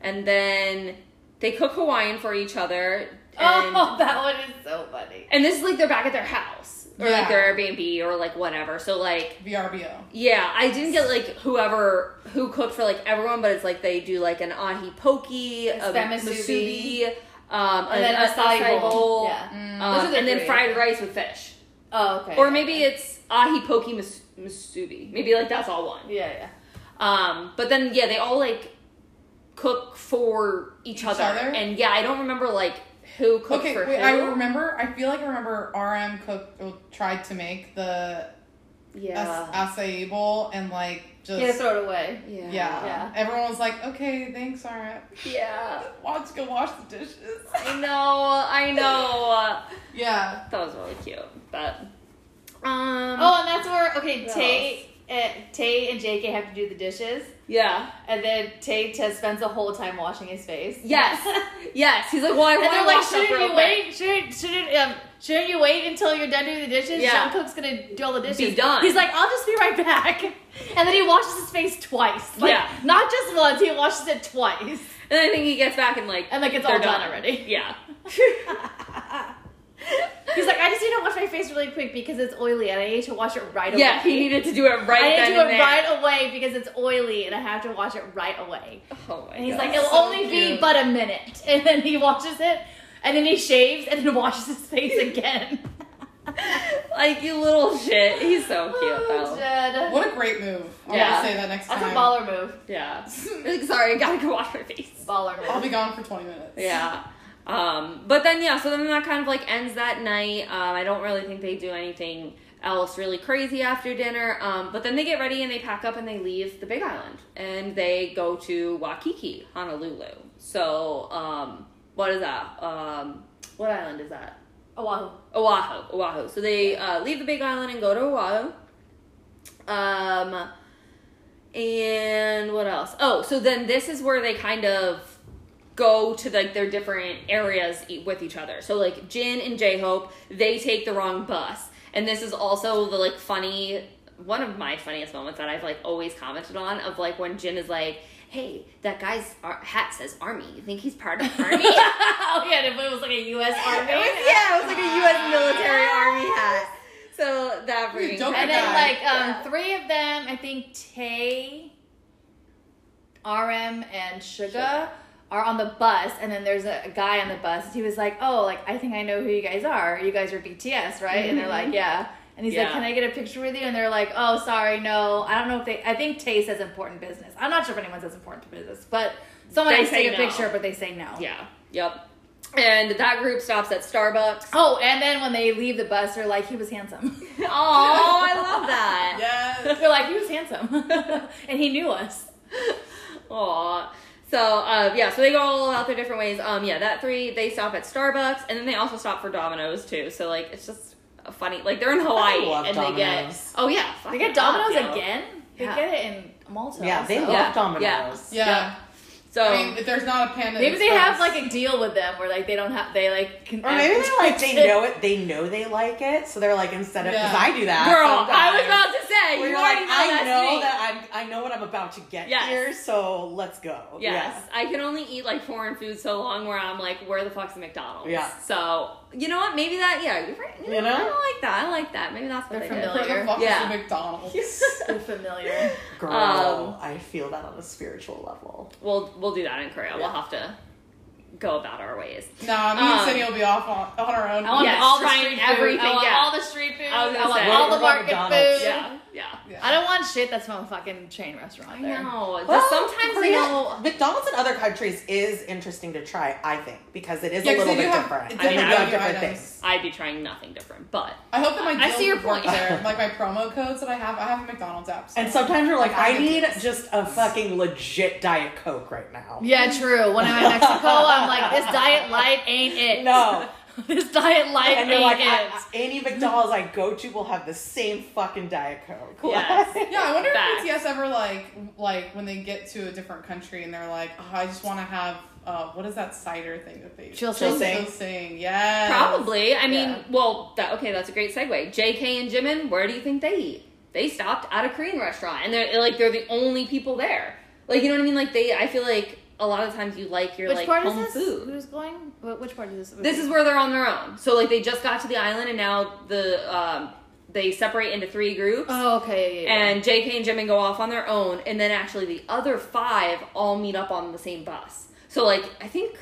[SPEAKER 4] and then they cook Hawaiian for each other. And
[SPEAKER 3] Oh, that one is so funny.
[SPEAKER 4] and this is like they're back at their house or like
[SPEAKER 6] Yeah.
[SPEAKER 4] their Airbnb or like whatever. So like
[SPEAKER 6] VRBO.
[SPEAKER 4] yeah, I didn't get like whoever who cooked for like everyone, but it's like they do like an ahi pokey, a
[SPEAKER 3] Spamasubi.
[SPEAKER 4] masubi, um,
[SPEAKER 3] And then
[SPEAKER 4] an
[SPEAKER 3] acai
[SPEAKER 4] acai
[SPEAKER 3] bowl.
[SPEAKER 4] bowl,
[SPEAKER 3] Yeah.
[SPEAKER 4] um,
[SPEAKER 3] Those are the
[SPEAKER 4] and then
[SPEAKER 3] three.
[SPEAKER 4] fried rice with
[SPEAKER 3] Mm.
[SPEAKER 4] fish,
[SPEAKER 3] Oh, okay.
[SPEAKER 4] or maybe it's ahi pokey mas- masubi. Maybe like that's all one.
[SPEAKER 3] Yeah, yeah.
[SPEAKER 4] Um, but then yeah, they all like cook for each,
[SPEAKER 6] Each
[SPEAKER 4] other.
[SPEAKER 6] other?
[SPEAKER 4] and yeah, I don't remember like who cooked
[SPEAKER 6] Okay,
[SPEAKER 4] for
[SPEAKER 6] wait,
[SPEAKER 4] who.
[SPEAKER 6] I remember. I feel like I remember RM cooked or tried to make the
[SPEAKER 4] yeah,
[SPEAKER 6] as- acai bowl and like just
[SPEAKER 3] Yeah, throw it away.
[SPEAKER 4] yeah,
[SPEAKER 6] yeah.
[SPEAKER 3] Yeah.
[SPEAKER 6] Everyone was like, okay, thanks, RM.
[SPEAKER 4] yeah.
[SPEAKER 6] Watch, go wash the dishes.
[SPEAKER 4] I know, I know.
[SPEAKER 6] Yeah.
[SPEAKER 4] That was really cute, but um,
[SPEAKER 3] Oh, and that's where okay,
[SPEAKER 4] What
[SPEAKER 3] Tay, uh, Tay and JK have to do the dishes,
[SPEAKER 4] yeah,
[SPEAKER 3] and then Tay just spends the whole time washing his face.
[SPEAKER 4] yes, yes. He's like, well, I
[SPEAKER 3] And they're
[SPEAKER 4] want
[SPEAKER 3] like,
[SPEAKER 4] to wash up
[SPEAKER 3] shouldn't
[SPEAKER 4] real
[SPEAKER 3] you
[SPEAKER 4] quick.
[SPEAKER 3] wait? Shouldn't shouldn't um shouldn't you wait until you're done doing the dishes?
[SPEAKER 4] Yeah.
[SPEAKER 3] Sean Cook's gonna do all the dishes.
[SPEAKER 4] done.
[SPEAKER 3] He's like, I'll just be right back. And then he washes his face twice. Like,
[SPEAKER 4] Yeah.
[SPEAKER 3] Not just once. He washes it twice.
[SPEAKER 4] And I think he gets back and like,
[SPEAKER 3] And like it's
[SPEAKER 4] they're
[SPEAKER 3] all done already.
[SPEAKER 4] Yeah,
[SPEAKER 3] He's like, I just need to wash my face really quick because it's oily, and I need to wash it right
[SPEAKER 4] yeah.
[SPEAKER 3] away.
[SPEAKER 4] He needed to do it right
[SPEAKER 3] I need
[SPEAKER 4] then
[SPEAKER 3] to do
[SPEAKER 4] and
[SPEAKER 3] it
[SPEAKER 4] there.
[SPEAKER 3] right away because it's oily, and I have to wash it right away.
[SPEAKER 4] Oh my
[SPEAKER 3] And he's
[SPEAKER 4] God.
[SPEAKER 3] like, it'll
[SPEAKER 6] so
[SPEAKER 3] only be
[SPEAKER 6] cute.
[SPEAKER 3] but a minute. And then he washes it, and then he shaves, and then washes his face again.
[SPEAKER 4] like you little shit. He's so cute
[SPEAKER 3] Oh,
[SPEAKER 4] though.
[SPEAKER 3] Jed.
[SPEAKER 6] What a great move. I'll
[SPEAKER 4] Yeah.
[SPEAKER 6] say that next
[SPEAKER 3] That's a
[SPEAKER 6] time.
[SPEAKER 3] baller move.
[SPEAKER 4] yeah. Like, Sorry, I gotta go wash my face.
[SPEAKER 3] Baller move.
[SPEAKER 6] I'll be gone for 20 minutes.
[SPEAKER 4] Yeah. Um, but then yeah, so then that kind of like ends that night. Um, I don't really think they do anything else really crazy after dinner. Um, but then they get ready and they pack up and they leave the Big Island and they go to Waikiki, Honolulu. So um, what is that? Um, what island is that?
[SPEAKER 3] Oahu.
[SPEAKER 4] Oahu, Oahu. So they uh, leave the Big Island and go to Oahu. Um, and what else? Oh, so then this is where they kind of go to like their different areas e- with each other. So like Jin and J Hope, they take the wrong bus, and this is also the like funny one of my funniest moments that I've like always commented on of like when Jin is like. Hey, that guy's ar- hat says army. You think he's part of army? oh yeah, and if it was like a U.S. army. yeah, it was like a U.S. military army hat. So that brings
[SPEAKER 6] don't
[SPEAKER 3] And
[SPEAKER 6] my
[SPEAKER 3] then
[SPEAKER 6] God.
[SPEAKER 3] like um, three of them, I think Tay, RM, and Suga are on the bus, and then there's a, a guy on the bus. He was like, "Oh, like I think I know who you guys are. You guys are BTS, right?" And they're like, "Yeah." And he's like,
[SPEAKER 4] Mm-hmm.
[SPEAKER 3] "Can
[SPEAKER 4] Yeah.
[SPEAKER 3] I get a picture with you?" And they're like, "Oh, sorry, no. I don't know if they. I think Tay says important business. I'm not sure if anyone says important business, but someone
[SPEAKER 4] They
[SPEAKER 3] has to
[SPEAKER 4] say
[SPEAKER 3] take a
[SPEAKER 4] no.
[SPEAKER 3] picture, but they say no.
[SPEAKER 4] Yeah. Yep. And that group stops at Starbucks.
[SPEAKER 3] Oh, and then when they leave the bus, they're like, "He was handsome."
[SPEAKER 4] Oh, I love that.
[SPEAKER 6] Yes.
[SPEAKER 3] They're like, he was handsome. and he knew us.
[SPEAKER 4] Aw. So uh, yeah, so they go all out their different ways. Um, yeah, that three they stop at Starbucks, and then they also stop for Domino's too. So like, it's just a funny. Like they're in Hawaii
[SPEAKER 5] love
[SPEAKER 4] and they
[SPEAKER 5] Domino's.
[SPEAKER 4] get oh yeah,
[SPEAKER 3] They
[SPEAKER 4] fucking
[SPEAKER 3] get
[SPEAKER 4] up,
[SPEAKER 3] Domino's
[SPEAKER 4] yo.
[SPEAKER 3] again? They
[SPEAKER 4] Yeah.
[SPEAKER 3] get it in Malta.
[SPEAKER 5] Yeah, they
[SPEAKER 3] also.
[SPEAKER 5] love
[SPEAKER 4] Yeah.
[SPEAKER 5] Domino's.
[SPEAKER 6] Yeah.
[SPEAKER 4] So
[SPEAKER 6] I mean, if there's not a panda,
[SPEAKER 3] Maybe they have
[SPEAKER 6] Express-
[SPEAKER 3] like a deal with them where like they don't have they like can
[SPEAKER 5] Or maybe they like they know it. They know they like it, so they're like instead of because
[SPEAKER 6] Yeah.
[SPEAKER 5] I do that.
[SPEAKER 4] girl, I was
[SPEAKER 5] sometimes.
[SPEAKER 4] about to say
[SPEAKER 5] Where
[SPEAKER 4] you
[SPEAKER 5] you're
[SPEAKER 4] already
[SPEAKER 5] like,
[SPEAKER 4] know
[SPEAKER 5] I
[SPEAKER 4] that's
[SPEAKER 5] know
[SPEAKER 4] me.
[SPEAKER 5] that I'm. I know what I'm about to get
[SPEAKER 4] Yes.
[SPEAKER 5] here, so let's go.
[SPEAKER 4] Yes, I can only eat like foreign food so long where I'm like, where the fuck's the McDonald's?
[SPEAKER 5] Yeah.
[SPEAKER 4] So you know what? Maybe that. Yeah, you're right. You know,
[SPEAKER 5] You know?
[SPEAKER 4] I like that. I like that. Maybe that's what
[SPEAKER 3] They're
[SPEAKER 4] they
[SPEAKER 3] familiar.
[SPEAKER 4] did.
[SPEAKER 6] Where the fuck
[SPEAKER 4] Yeah.
[SPEAKER 6] is the McDonald's?
[SPEAKER 5] Yes.
[SPEAKER 3] so familiar.
[SPEAKER 5] Girl,
[SPEAKER 4] Um,
[SPEAKER 5] I feel that on a spiritual level.
[SPEAKER 4] We'll we'll do that in Korea. We'll have to go about our ways.
[SPEAKER 6] Nah, me and
[SPEAKER 4] Um,
[SPEAKER 6] Cindy will be off on, on our own.
[SPEAKER 3] I want
[SPEAKER 4] Yes,
[SPEAKER 3] all the
[SPEAKER 4] trying
[SPEAKER 3] street
[SPEAKER 4] everything,
[SPEAKER 3] Food. I want
[SPEAKER 4] yeah.
[SPEAKER 3] all the street food.
[SPEAKER 4] I was gonna
[SPEAKER 3] want
[SPEAKER 4] say.
[SPEAKER 3] all
[SPEAKER 5] What
[SPEAKER 3] the
[SPEAKER 5] about
[SPEAKER 3] market
[SPEAKER 5] McDonald's?
[SPEAKER 3] food.
[SPEAKER 4] Yeah, yeah.
[SPEAKER 3] I don't want shit that's from a fucking chain restaurant.
[SPEAKER 4] I
[SPEAKER 3] There.
[SPEAKER 4] know. But
[SPEAKER 5] Well,
[SPEAKER 4] sometimes
[SPEAKER 5] Korea-
[SPEAKER 4] you know.
[SPEAKER 5] McDonald's in other countries is interesting to try, I think, because it is
[SPEAKER 6] Yeah,
[SPEAKER 5] a
[SPEAKER 6] 'cause
[SPEAKER 5] little
[SPEAKER 6] they
[SPEAKER 5] bit
[SPEAKER 6] do have
[SPEAKER 5] different.
[SPEAKER 6] different
[SPEAKER 5] I think they have
[SPEAKER 6] menu
[SPEAKER 5] different
[SPEAKER 6] items.
[SPEAKER 5] things.
[SPEAKER 4] I'd be trying nothing different, but
[SPEAKER 6] I hope that my
[SPEAKER 4] I
[SPEAKER 6] deals
[SPEAKER 4] see your
[SPEAKER 6] would work
[SPEAKER 4] point.
[SPEAKER 6] there. Like my promo codes that I have, I have a McDonald's app. so-
[SPEAKER 5] And sometimes you're like,
[SPEAKER 6] I
[SPEAKER 5] I
[SPEAKER 6] could
[SPEAKER 5] need
[SPEAKER 6] do this.
[SPEAKER 5] just a fucking legit Diet Coke right now.
[SPEAKER 3] Yeah, true. When I'm in Mexico, I'm like, this diet light ain't it.
[SPEAKER 5] No.
[SPEAKER 3] this diet light
[SPEAKER 5] And
[SPEAKER 3] ain't
[SPEAKER 5] you're like,
[SPEAKER 3] it.
[SPEAKER 5] I- I- any McDonald's I go to will have the same fucking Diet Coke.
[SPEAKER 4] Yes.
[SPEAKER 6] yeah, I wonder
[SPEAKER 4] Facts.
[SPEAKER 6] if BTS ever like like when they get to a different country and they're like, oh, I just want to have uh, what is that cider thing that they
[SPEAKER 3] Chill
[SPEAKER 5] Chill
[SPEAKER 3] sing.
[SPEAKER 5] sing.
[SPEAKER 6] Still sing, yes.
[SPEAKER 4] probably. I mean,
[SPEAKER 3] Yeah.
[SPEAKER 4] well, that, okay, that's a great segue. J.K. and Jimin, where do you think they eat? They stopped at a Korean restaurant, and they're like they're the only people there. Like you know what I mean? Like they, I feel like a lot of times you like your
[SPEAKER 3] Which
[SPEAKER 4] like
[SPEAKER 3] part is
[SPEAKER 4] home
[SPEAKER 3] this?
[SPEAKER 4] food.
[SPEAKER 3] Who's going? Wh- Which part is this?
[SPEAKER 4] This is where they're on their own. So like they just got to the island, and now the um, they separate into three groups.
[SPEAKER 3] Oh, okay. Yeah, yeah, yeah.
[SPEAKER 4] and JK and Jimin go off on their own, and then actually the other five all meet up on the same bus. So like I think,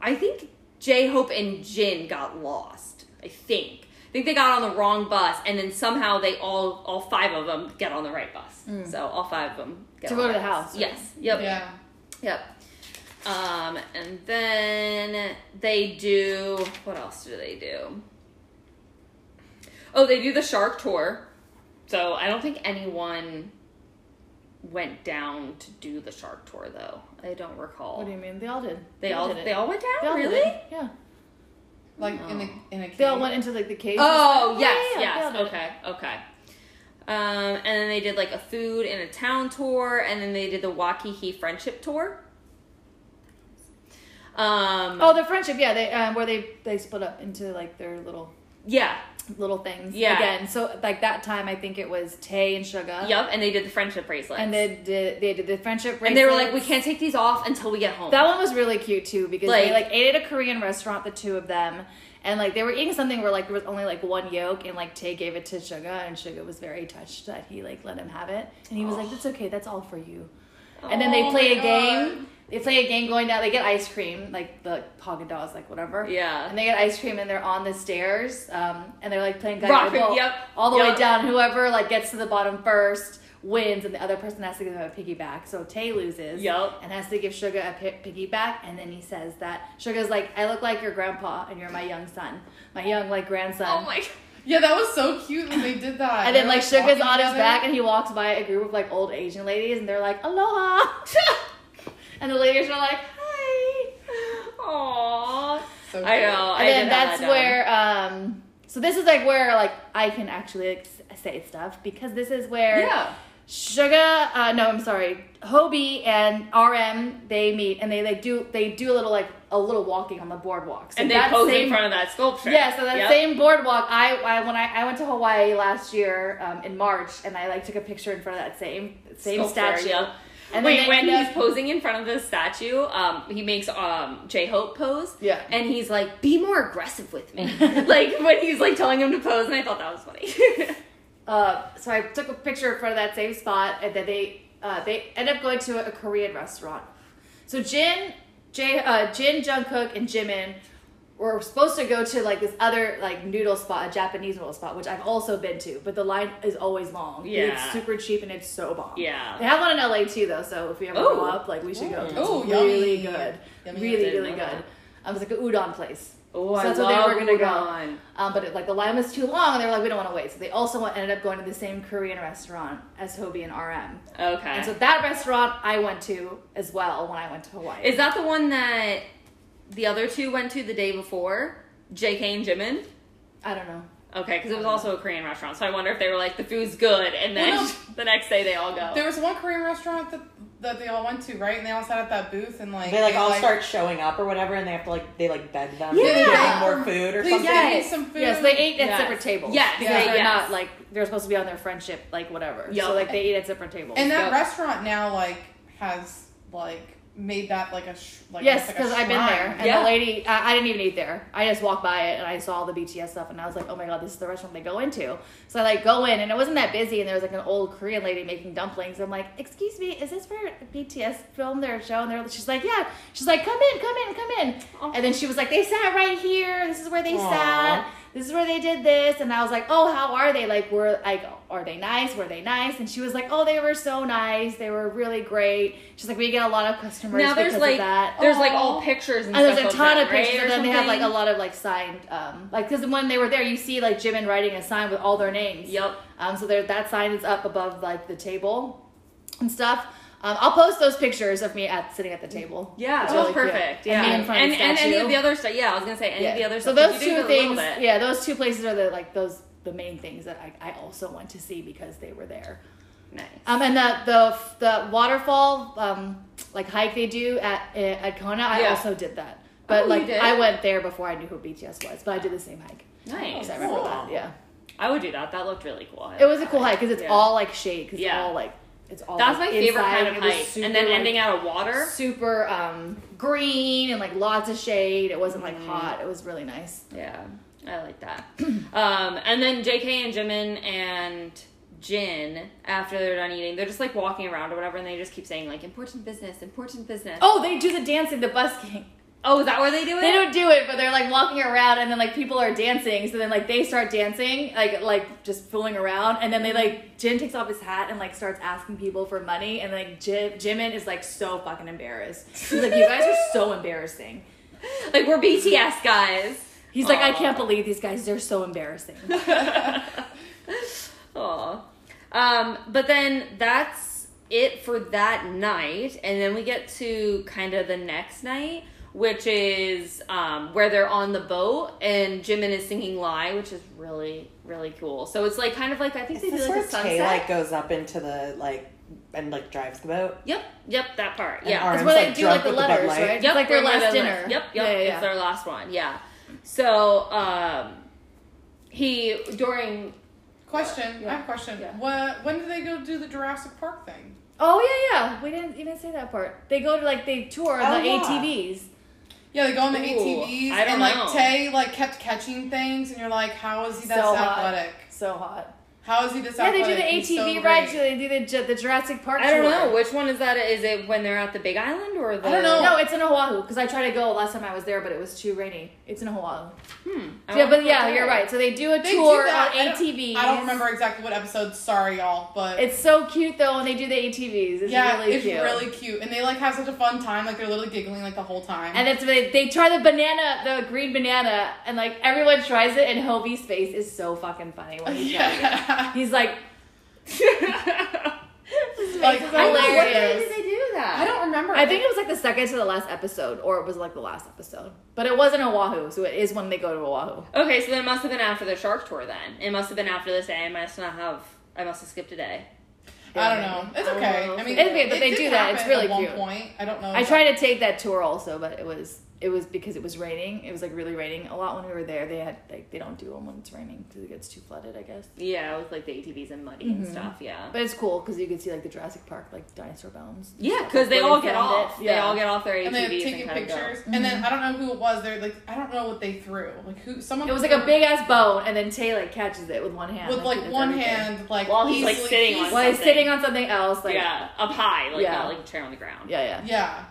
[SPEAKER 4] I think J Hope and Jin got lost. I think I think they got on the wrong bus, and then somehow they all all five of them get on the right bus. So all five of them get
[SPEAKER 3] Hmm. To
[SPEAKER 4] on
[SPEAKER 3] go to
[SPEAKER 4] right
[SPEAKER 3] the
[SPEAKER 4] bus.
[SPEAKER 3] house, right?
[SPEAKER 4] Yes. Yep.
[SPEAKER 6] Yeah.
[SPEAKER 4] Yep. Um, and then they do. What else do they do? Oh, they do the shark tour. So I don't think anyone went down to do the shark tour, though. I don't recall.
[SPEAKER 3] What do you mean? They all did.
[SPEAKER 4] they all
[SPEAKER 3] did it.
[SPEAKER 4] they all went down.
[SPEAKER 3] They all did
[SPEAKER 4] really?
[SPEAKER 3] it. Yeah.
[SPEAKER 6] Like in a in a.
[SPEAKER 3] Oh. They all
[SPEAKER 6] cave.
[SPEAKER 3] went into like the cave.
[SPEAKER 4] Oh
[SPEAKER 3] Yeah,
[SPEAKER 4] yes,
[SPEAKER 3] yeah, yeah,
[SPEAKER 4] yes.
[SPEAKER 3] they all did
[SPEAKER 4] Okay, okay. Um, and then they did like a food and a town tour, and then they did the Waikiki friendship tour. Um,
[SPEAKER 3] Oh, their friendship. Yeah, they um, where they they split up into like their little
[SPEAKER 4] yeah,
[SPEAKER 3] little things.
[SPEAKER 4] Yeah.
[SPEAKER 3] Again, so like that time, I think it was Tay and Suga.
[SPEAKER 4] Yep, and they did the friendship bracelets.
[SPEAKER 3] Uh-huh. And they did they did the friendship.
[SPEAKER 4] And they were like,
[SPEAKER 3] bracelets.
[SPEAKER 4] we can't take these off until we get home.
[SPEAKER 3] That one was really cute too because they
[SPEAKER 4] Like-
[SPEAKER 3] like ate at a Korean restaurant, the two of them, and like they were eating something where like there was only like one yolk, and like Tay gave it to Suga, and Suga was very touched that he like let him have it, and he was like, "That's okay, that's all for you." And then they
[SPEAKER 4] Oh
[SPEAKER 3] play a
[SPEAKER 4] my
[SPEAKER 3] game. They play a game going down. They get ice cream, like the Haagen Dazs, like whatever.
[SPEAKER 4] Yeah.
[SPEAKER 3] And they get ice cream, and they're on the stairs, um, and they're like playing
[SPEAKER 4] Rock,
[SPEAKER 3] Rock, ball,
[SPEAKER 4] yep,
[SPEAKER 3] all the
[SPEAKER 4] yep.
[SPEAKER 3] way down. Whoever like gets to the bottom first wins, and the other person has to give them a piggyback. So Tay loses.
[SPEAKER 4] Yep.
[SPEAKER 3] And has to give Sugar a pi- piggyback, and then he says that Sugar's like, "I look like your grandpa, and you're my young son, my young like grandson."
[SPEAKER 4] oh my!
[SPEAKER 6] Yeah, that was so cute when they did that.
[SPEAKER 3] And then
[SPEAKER 6] They were,
[SPEAKER 3] like Sugar's
[SPEAKER 6] walking
[SPEAKER 3] on his
[SPEAKER 6] together.
[SPEAKER 3] back, and he walks by a group of like old Asian ladies, and they're like, "Aloha," and the ladies are like, "Hi."
[SPEAKER 4] Aww.
[SPEAKER 6] So
[SPEAKER 4] I
[SPEAKER 6] cute.
[SPEAKER 4] know. I
[SPEAKER 3] And then
[SPEAKER 4] did have
[SPEAKER 3] that's
[SPEAKER 4] that down.
[SPEAKER 3] where um, So this is like where like I can actually like s- say stuff because this is where
[SPEAKER 4] Yeah.
[SPEAKER 3] Suga, uh, no, I'm sorry, Hobie and RM they meet and they like do they do a little like a little walking on the boardwalk. So
[SPEAKER 4] and they
[SPEAKER 3] that
[SPEAKER 4] pose
[SPEAKER 3] same-
[SPEAKER 4] in front of that sculpture.
[SPEAKER 3] Yeah, so that
[SPEAKER 4] Yep.
[SPEAKER 3] same boardwalk. I, I when I, I went to Hawaii last year um, in March, and I like took a picture in front of that same same
[SPEAKER 4] Sculpture,
[SPEAKER 3] statue.
[SPEAKER 4] yep.
[SPEAKER 3] And
[SPEAKER 4] Wait,
[SPEAKER 3] then
[SPEAKER 4] when
[SPEAKER 3] they-
[SPEAKER 4] he's posing in front of the statue, um, he makes um J Hope pose.
[SPEAKER 3] Yeah.
[SPEAKER 4] And he's like, be more aggressive with me. like when he's like telling him to pose, and I thought that was funny.
[SPEAKER 3] Uh, so I took a picture in front of that same spot, and then they uh, they end up going to a, Korean restaurant. So Jin, J, uh, Jin Jungkook, and Jimin were supposed to go to like this other like noodle spot, a Japanese noodle spot, which I've also been to, but the line is always long. And
[SPEAKER 4] Yeah.
[SPEAKER 3] it's super cheap and it's so bomb.
[SPEAKER 4] Yeah.
[SPEAKER 3] they have one in LA too, though. So if we ever go
[SPEAKER 4] Ooh.
[SPEAKER 3] up, like we should go. 'cause It's
[SPEAKER 6] Ooh,
[SPEAKER 3] really
[SPEAKER 6] yummy.
[SPEAKER 3] good,
[SPEAKER 6] Yummy,
[SPEAKER 3] really
[SPEAKER 4] yummy.
[SPEAKER 3] really good. Um, it's like an udon place.
[SPEAKER 4] oh,
[SPEAKER 3] So that's what they were gonna go. Um, but it, like the line was too long, and they were like, we don't want to wait. So they also went, ended up going to the same Korean restaurant as Hobie and RM.
[SPEAKER 4] Okay.
[SPEAKER 3] And
[SPEAKER 6] Ah.
[SPEAKER 3] so that restaurant I went to as well when I went to Hawaii.
[SPEAKER 4] Is that the one that the other two went to the day before? JK and Jimin?
[SPEAKER 3] I don't know.
[SPEAKER 4] Okay, because it was also a Korean restaurant, so I wonder if they were like, the food's good, and then
[SPEAKER 6] Well, no.
[SPEAKER 4] the next day they all go.
[SPEAKER 6] There was one Korean restaurant that that they all went to, right? And they all sat at that booth and like
[SPEAKER 5] They like all start showing up or whatever, and they have to like they like beg them to
[SPEAKER 6] Yeah.
[SPEAKER 5] get more food or
[SPEAKER 6] Please
[SPEAKER 5] something.
[SPEAKER 6] give me
[SPEAKER 3] Yes.
[SPEAKER 6] some food.
[SPEAKER 3] Yes, they ate at
[SPEAKER 4] Yes.
[SPEAKER 3] separate tables.
[SPEAKER 4] Yes,
[SPEAKER 3] because
[SPEAKER 6] yes,
[SPEAKER 3] they're
[SPEAKER 4] yes.
[SPEAKER 3] not like they're supposed to be on their friendship, like whatever.
[SPEAKER 4] Yeah.
[SPEAKER 3] So like they eat at separate tables.
[SPEAKER 6] And that
[SPEAKER 4] Yep.
[SPEAKER 6] restaurant now like has like made that like a sh- like
[SPEAKER 3] yes,
[SPEAKER 6] it's like a
[SPEAKER 3] because I've been
[SPEAKER 6] shrine.
[SPEAKER 3] there, and
[SPEAKER 4] Yeah.
[SPEAKER 3] the lady, I, I didn't even eat there. I just walked by it, and I saw the BTS stuff, and I was like, "Oh my god, this is the restaurant they go into." So I like go in, and it wasn't that busy, and there was like an old Korean lady making dumplings. I'm like, "Excuse me, is this where BTS filmed their show?" And they're, she's like, "Yeah." She's like, "Come in, come in, come in." And then she was like, "They sat right here. This is where they
[SPEAKER 5] Aw.
[SPEAKER 3] sat. This is where they did this." And I was like, "Oh, how are they? Like, were like, are they nice? Were they nice?" And she was like, "Oh, they were so nice. They were really great." She's like, "We get a lot of customers
[SPEAKER 4] now there's
[SPEAKER 3] because
[SPEAKER 4] like
[SPEAKER 3] of that."
[SPEAKER 4] there's like
[SPEAKER 6] Aw.
[SPEAKER 4] all pictures and,
[SPEAKER 3] And there's
[SPEAKER 4] stuff
[SPEAKER 3] a ton
[SPEAKER 4] them,
[SPEAKER 3] of pictures
[SPEAKER 4] right,
[SPEAKER 3] of
[SPEAKER 4] or
[SPEAKER 3] them. They have like a
[SPEAKER 4] something?
[SPEAKER 3] lot of like signed, um, like because when they were there, you see like Jimin writing a sign with all their names.
[SPEAKER 4] Yep.
[SPEAKER 3] Um, so there, that sign is up above like the table and stuff. Um, I'll post those pictures of me at sitting at the table.
[SPEAKER 4] Yeah,
[SPEAKER 3] It's
[SPEAKER 4] that
[SPEAKER 3] really
[SPEAKER 4] was perfect.
[SPEAKER 3] cute.
[SPEAKER 4] Yeah,
[SPEAKER 3] And me in
[SPEAKER 4] and,
[SPEAKER 3] front of
[SPEAKER 4] and,
[SPEAKER 3] the
[SPEAKER 4] any
[SPEAKER 3] statue.
[SPEAKER 4] of the other stuff. Yeah, I was gonna say any of the other
[SPEAKER 3] So
[SPEAKER 4] stuff.
[SPEAKER 3] those
[SPEAKER 4] you do
[SPEAKER 3] two
[SPEAKER 4] do a
[SPEAKER 3] things,
[SPEAKER 4] little bit.
[SPEAKER 3] yeah, those two places are the like those the main things that I, I also went to see because they were there.
[SPEAKER 4] Nice.
[SPEAKER 3] Um, and the the the waterfall um like hike they do at uh, at Kona, I
[SPEAKER 4] Yeah.
[SPEAKER 3] also did that. But
[SPEAKER 4] Oh, you
[SPEAKER 3] like
[SPEAKER 4] did?
[SPEAKER 3] I went there before I knew who BTS was, but I did the same hike.
[SPEAKER 4] nice.
[SPEAKER 3] So I remember
[SPEAKER 5] Cool.
[SPEAKER 3] that. Yeah,
[SPEAKER 4] I would do that. That looked really cool.
[SPEAKER 3] oh,
[SPEAKER 4] I
[SPEAKER 3] it
[SPEAKER 4] like
[SPEAKER 3] was a
[SPEAKER 4] that.
[SPEAKER 3] cool hike because it's
[SPEAKER 4] Yeah.
[SPEAKER 3] all like shade. 'cause it's
[SPEAKER 4] Yeah.
[SPEAKER 3] all like it's all.
[SPEAKER 4] That's my
[SPEAKER 3] like,
[SPEAKER 4] favorite
[SPEAKER 3] inside,
[SPEAKER 4] kind of
[SPEAKER 3] and it was
[SPEAKER 4] hike,
[SPEAKER 3] super,
[SPEAKER 4] and then
[SPEAKER 3] like,
[SPEAKER 4] ending out of water.
[SPEAKER 3] super um green and like lots of shade. It wasn't like
[SPEAKER 4] Mm-hmm.
[SPEAKER 3] hot. It was really nice.
[SPEAKER 4] Yeah, I like that. um, and then JK and Jimin and Jin, after they're done eating, they're just like walking around or whatever, and they just keep saying like important business, important business.
[SPEAKER 3] Oh, they do the dancing, the busking.
[SPEAKER 4] oh is that where they do it?
[SPEAKER 3] They don't do it, but they're like walking around, and then like people are dancing. So then like they start dancing, like like just fooling around, and then they like Jin takes off his hat and like starts asking people for money, and like Jim Jimin is like so fucking embarrassed. He's like, "You guys are so embarrassing."
[SPEAKER 4] like we're BTS guys.
[SPEAKER 3] He's like, "I
[SPEAKER 4] Aw.
[SPEAKER 3] can't believe these guys. They're so embarrassing."
[SPEAKER 4] Aw. Um, but then that's it for that night, and then we get to kind of the next night, which is um, where they're on the boat and Jimin is singing "Lie," which is really really cool. So it's like kind of like I think
[SPEAKER 5] Is
[SPEAKER 4] they
[SPEAKER 5] this
[SPEAKER 4] do like
[SPEAKER 5] where
[SPEAKER 4] a sunset.
[SPEAKER 5] Tay like goes up into the like and like drives the boat?
[SPEAKER 4] Yep, yep, that part.
[SPEAKER 5] And
[SPEAKER 4] Yeah,
[SPEAKER 5] Ar-
[SPEAKER 3] That's
[SPEAKER 5] Arms,
[SPEAKER 3] where they
[SPEAKER 5] like,
[SPEAKER 3] do like
[SPEAKER 5] drunk
[SPEAKER 3] the
[SPEAKER 5] with the Bud
[SPEAKER 3] letters,
[SPEAKER 5] Light.
[SPEAKER 3] right?
[SPEAKER 4] Yep,
[SPEAKER 3] it's like their
[SPEAKER 4] we're
[SPEAKER 3] last
[SPEAKER 4] living
[SPEAKER 3] dinner.
[SPEAKER 4] life. Yep, yep,
[SPEAKER 3] Yeah, yeah, yeah.
[SPEAKER 4] it's their last one. Yeah. So um, he during
[SPEAKER 6] Question.
[SPEAKER 3] Yeah.
[SPEAKER 6] I have a question.
[SPEAKER 3] Yeah.
[SPEAKER 6] What? When did they go do the Jurassic Park thing?
[SPEAKER 3] Oh yeah, yeah. We didn't even say that part. They go to like they tour
[SPEAKER 5] Oh,
[SPEAKER 3] the
[SPEAKER 5] yeah.
[SPEAKER 3] ATVs.
[SPEAKER 6] Yeah, they go on the
[SPEAKER 4] Ooh,
[SPEAKER 6] ATVs
[SPEAKER 4] I don't
[SPEAKER 6] and like
[SPEAKER 4] know.
[SPEAKER 6] Tay like kept catching things, and you're like, how is he that
[SPEAKER 3] So hot.
[SPEAKER 6] athletic?
[SPEAKER 3] So hot.
[SPEAKER 6] How is he this
[SPEAKER 3] Yeah, they
[SPEAKER 6] athletic?
[SPEAKER 3] do the ATV
[SPEAKER 6] He's so
[SPEAKER 3] ride.
[SPEAKER 6] great.
[SPEAKER 3] too. They do the Ju- the Jurassic Park.
[SPEAKER 4] I don't
[SPEAKER 3] tour.
[SPEAKER 4] know which one is that. Is it when they're at the Big Island or the?
[SPEAKER 6] I don't know.
[SPEAKER 3] No, it's in Oahu because I tried to go last time I was there, but it was too rainy. It's in Oahu.
[SPEAKER 4] I
[SPEAKER 3] yeah,
[SPEAKER 4] don't
[SPEAKER 3] but
[SPEAKER 4] know.
[SPEAKER 3] yeah, you're right. So they do a
[SPEAKER 6] They do
[SPEAKER 3] tour
[SPEAKER 6] that. I
[SPEAKER 3] on
[SPEAKER 6] don't-
[SPEAKER 3] ATVs.
[SPEAKER 6] I don't remember exactly what episode. Sorry, y'all, but
[SPEAKER 3] It's so cute though when they do the ATVs. It's
[SPEAKER 6] yeah,
[SPEAKER 3] really
[SPEAKER 6] it's
[SPEAKER 3] cute.
[SPEAKER 6] really cute, and they like have such a fun time. Like they're literally giggling like the whole time.
[SPEAKER 3] and it's they, they try the banana, the green banana, and like everyone tries it. And Hobie's face is so fucking funny when he tries it.
[SPEAKER 6] yeah.
[SPEAKER 3] He's like,
[SPEAKER 6] Like,
[SPEAKER 3] "This is
[SPEAKER 6] I
[SPEAKER 4] I was
[SPEAKER 6] was
[SPEAKER 4] like, why
[SPEAKER 3] hilarious."
[SPEAKER 4] did they do that?
[SPEAKER 6] I don't remember.
[SPEAKER 3] I think it was like the second to the last episode, or it was like the last episode. But it wasn't Oahu, so it is when they go to Oahu.
[SPEAKER 4] Okay, so then it must have been after the shark tour. Then it must have been after this day. I must not have. I must have skipped a day.
[SPEAKER 6] I don't know. It's
[SPEAKER 4] I don't
[SPEAKER 6] okay.
[SPEAKER 4] know.
[SPEAKER 6] I mean,
[SPEAKER 3] It's okay, but
[SPEAKER 6] it
[SPEAKER 3] they
[SPEAKER 6] did
[SPEAKER 3] do that. It's
[SPEAKER 6] happen
[SPEAKER 3] really
[SPEAKER 6] at one
[SPEAKER 3] cute.
[SPEAKER 6] point. I don't know.
[SPEAKER 3] I tried to take that tour also, but it was it was because it was raining. It was like really raining a lot when we were there. They had like they don't do them when it's raining because it gets too flooded, I guess.
[SPEAKER 4] Yeah, with like the ATVs and muddy and stuff. Yeah.
[SPEAKER 3] But it's cool because you could see like the Jurassic Park like dinosaur bones.
[SPEAKER 4] yeah, because they
[SPEAKER 3] Where
[SPEAKER 4] all
[SPEAKER 3] they
[SPEAKER 4] get
[SPEAKER 3] filmed
[SPEAKER 4] off.
[SPEAKER 3] it.
[SPEAKER 4] They
[SPEAKER 3] Yeah.
[SPEAKER 4] all get off their ATVs
[SPEAKER 6] And
[SPEAKER 4] and,
[SPEAKER 6] they have taken
[SPEAKER 4] kind
[SPEAKER 6] pictures.
[SPEAKER 4] of
[SPEAKER 6] And
[SPEAKER 3] Mm-hmm.
[SPEAKER 6] then I don't know who it was. They're like, I don't know what they threw. Like who? Someone.
[SPEAKER 3] It was like a big ass bone, and then Tay like catches it with one hand.
[SPEAKER 6] with
[SPEAKER 3] he
[SPEAKER 6] like
[SPEAKER 3] does
[SPEAKER 6] one
[SPEAKER 3] everything.
[SPEAKER 6] hand, like
[SPEAKER 4] While he's, like,
[SPEAKER 6] easily-
[SPEAKER 4] sitting on
[SPEAKER 6] easily-
[SPEAKER 3] While he's
[SPEAKER 4] Something.
[SPEAKER 3] sitting on something else,
[SPEAKER 4] go.
[SPEAKER 3] like yeah,
[SPEAKER 4] yeah, up high, like
[SPEAKER 3] Yeah.
[SPEAKER 4] not like a chair on the ground.
[SPEAKER 3] yeah, yeah.
[SPEAKER 6] Yeah.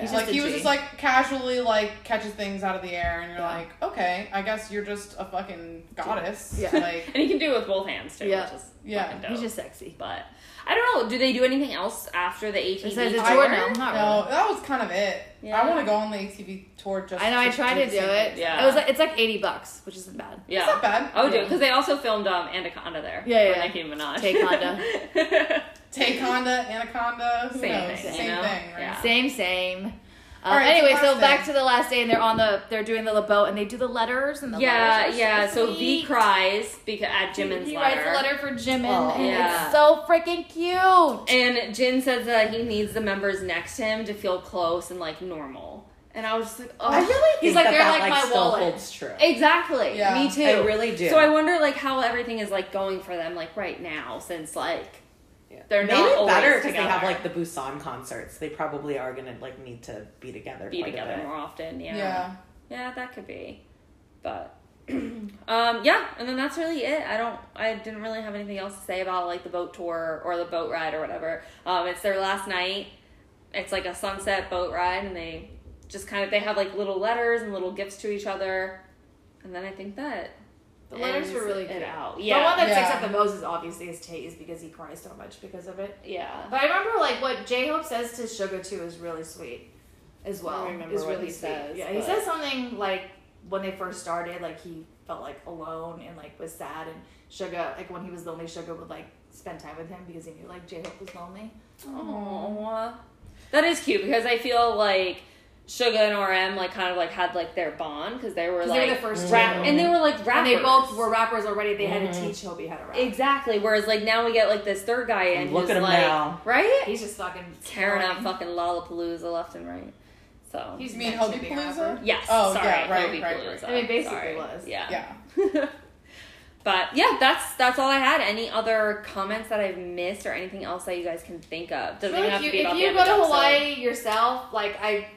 [SPEAKER 3] He's
[SPEAKER 6] like
[SPEAKER 3] a
[SPEAKER 6] he was
[SPEAKER 3] G.
[SPEAKER 6] just like casually like catches things out of the air, and you're
[SPEAKER 3] Yeah.
[SPEAKER 6] like, okay, I guess you're just a fucking goddess.
[SPEAKER 3] Yeah.
[SPEAKER 6] Like
[SPEAKER 4] And he can do it with both hands too,
[SPEAKER 3] Yeah.
[SPEAKER 4] which is
[SPEAKER 6] Yeah.
[SPEAKER 4] fucking dope.
[SPEAKER 3] he's just sexy.
[SPEAKER 4] but I don't know. Do they do anything else after the ATV?
[SPEAKER 3] Besides the
[SPEAKER 4] tour?
[SPEAKER 3] tour, no, not really.
[SPEAKER 6] no, that was kind of it.
[SPEAKER 4] Yeah.
[SPEAKER 6] I want to go on the ATV tour just.
[SPEAKER 3] I know. I
[SPEAKER 6] to
[SPEAKER 3] tried
[SPEAKER 6] do
[SPEAKER 3] to
[SPEAKER 6] the
[SPEAKER 3] do
[SPEAKER 6] same
[SPEAKER 3] it.
[SPEAKER 6] thing.
[SPEAKER 4] Yeah.
[SPEAKER 3] It was like it's like eighty bucks, which isn't bad.
[SPEAKER 4] Yeah.
[SPEAKER 6] It's not bad.
[SPEAKER 4] I would do
[SPEAKER 3] Yeah.
[SPEAKER 4] because they also filmed um, Anaconda there.
[SPEAKER 3] Yeah,
[SPEAKER 4] for
[SPEAKER 3] yeah.
[SPEAKER 4] Nicki Minaj.
[SPEAKER 3] Takeconda.
[SPEAKER 6] Taconda, Anaconda, who
[SPEAKER 4] Same
[SPEAKER 6] knows?
[SPEAKER 4] thing, you
[SPEAKER 6] Same
[SPEAKER 4] know?
[SPEAKER 6] thing, right?
[SPEAKER 4] Yeah.
[SPEAKER 3] Same, same. Um,
[SPEAKER 6] All right,
[SPEAKER 3] anyway,
[SPEAKER 6] so
[SPEAKER 3] so
[SPEAKER 6] last
[SPEAKER 3] back
[SPEAKER 6] day.
[SPEAKER 3] to the last day, and they're on the they're doing the boat, and they do the letters and the
[SPEAKER 4] yeah,
[SPEAKER 3] letters are
[SPEAKER 4] yeah. So V
[SPEAKER 3] sweet.
[SPEAKER 4] cries because at Jimin's
[SPEAKER 3] He
[SPEAKER 4] letter. Oh,
[SPEAKER 3] writes a letter for Jimin,
[SPEAKER 5] Aw.
[SPEAKER 3] and
[SPEAKER 4] Yeah. Oh,
[SPEAKER 3] it's so freaking cute.
[SPEAKER 4] And Jin says that he needs the members next to him to feel close and like normal. And I was just like, oh,
[SPEAKER 5] I really
[SPEAKER 3] He's
[SPEAKER 5] think
[SPEAKER 3] like,
[SPEAKER 5] that,
[SPEAKER 3] they're
[SPEAKER 5] that,
[SPEAKER 3] like my
[SPEAKER 5] still
[SPEAKER 3] wallet.
[SPEAKER 5] holds true.
[SPEAKER 4] exactly.
[SPEAKER 6] Yeah.
[SPEAKER 4] Me too.
[SPEAKER 5] I really do.
[SPEAKER 4] So I wonder like how everything is like going for them like right now since like they're
[SPEAKER 5] Maybe
[SPEAKER 4] not always
[SPEAKER 5] better because they
[SPEAKER 4] together.
[SPEAKER 5] have like the Busan concerts. They probably are gonna like need to be together.
[SPEAKER 4] be
[SPEAKER 5] quite a
[SPEAKER 4] together
[SPEAKER 5] bit.
[SPEAKER 4] more often. Yeah.
[SPEAKER 6] Yeah.
[SPEAKER 4] Yeah, that could be. But um yeah, and then that's really it. I don't I didn't really have anything else to say about like the boat tour or the boat ride or whatever. Um it's their last night. It's like a sunset boat ride and they just kind of they have like little letters and little gifts to each other. And then I think that
[SPEAKER 8] The letters
[SPEAKER 4] ends
[SPEAKER 8] were really
[SPEAKER 4] it
[SPEAKER 8] cute.
[SPEAKER 4] out.
[SPEAKER 8] The one
[SPEAKER 4] Yeah.
[SPEAKER 8] that sticks
[SPEAKER 6] Yeah.
[SPEAKER 8] out the most is obviously is Tae's because he cries so much because of it.
[SPEAKER 4] yeah.
[SPEAKER 8] But I remember like what J Hope says to Sugar too is really sweet, as well.
[SPEAKER 4] I don't remember
[SPEAKER 8] is
[SPEAKER 4] what
[SPEAKER 8] really
[SPEAKER 4] he
[SPEAKER 8] sweet.
[SPEAKER 4] says,
[SPEAKER 8] yeah, he
[SPEAKER 4] but-
[SPEAKER 8] says something like when they first started, like he felt like alone and like was sad, and Sugar like when he was lonely, Sugar would like spend time with him because he knew like J Hope was lonely.
[SPEAKER 4] Aww. That is cute because I feel like Suga and RM like kind of like had like their bond because they were
[SPEAKER 8] 'Cause
[SPEAKER 4] like
[SPEAKER 8] they were the first two.
[SPEAKER 4] rap- and they were like
[SPEAKER 8] And
[SPEAKER 4] rappers.
[SPEAKER 8] they both were rappers already. They had to
[SPEAKER 4] Mm-hmm.
[SPEAKER 8] teach Hobie how to rap.
[SPEAKER 4] exactly. Whereas like now we get like this third guy in
[SPEAKER 5] And look
[SPEAKER 4] who's
[SPEAKER 5] at him
[SPEAKER 4] like
[SPEAKER 5] now.
[SPEAKER 4] right
[SPEAKER 8] He's just fucking
[SPEAKER 4] tearing up
[SPEAKER 8] flying.
[SPEAKER 4] fucking Lollapalooza left and right. So
[SPEAKER 8] He's
[SPEAKER 6] You mean
[SPEAKER 8] meant to be a
[SPEAKER 6] Hobie-Palooza?
[SPEAKER 8] rapper.
[SPEAKER 4] yes,
[SPEAKER 6] Oh,
[SPEAKER 4] sorry,
[SPEAKER 6] yeah, right,
[SPEAKER 4] Hobie
[SPEAKER 6] right,
[SPEAKER 4] Palooza.
[SPEAKER 6] right.
[SPEAKER 8] I mean, basically
[SPEAKER 4] Sorry.
[SPEAKER 8] was.
[SPEAKER 4] yeah.
[SPEAKER 6] Yeah.
[SPEAKER 4] But yeah, that's that's all I had. Any other comments that I've missed or anything else that you guys can think of? Doesn't
[SPEAKER 8] Really
[SPEAKER 4] even have to
[SPEAKER 8] cute.
[SPEAKER 4] be about
[SPEAKER 8] If
[SPEAKER 4] the
[SPEAKER 8] you
[SPEAKER 4] end
[SPEAKER 8] go
[SPEAKER 4] of
[SPEAKER 8] to
[SPEAKER 4] the episode.
[SPEAKER 8] Hawaii yourself, like I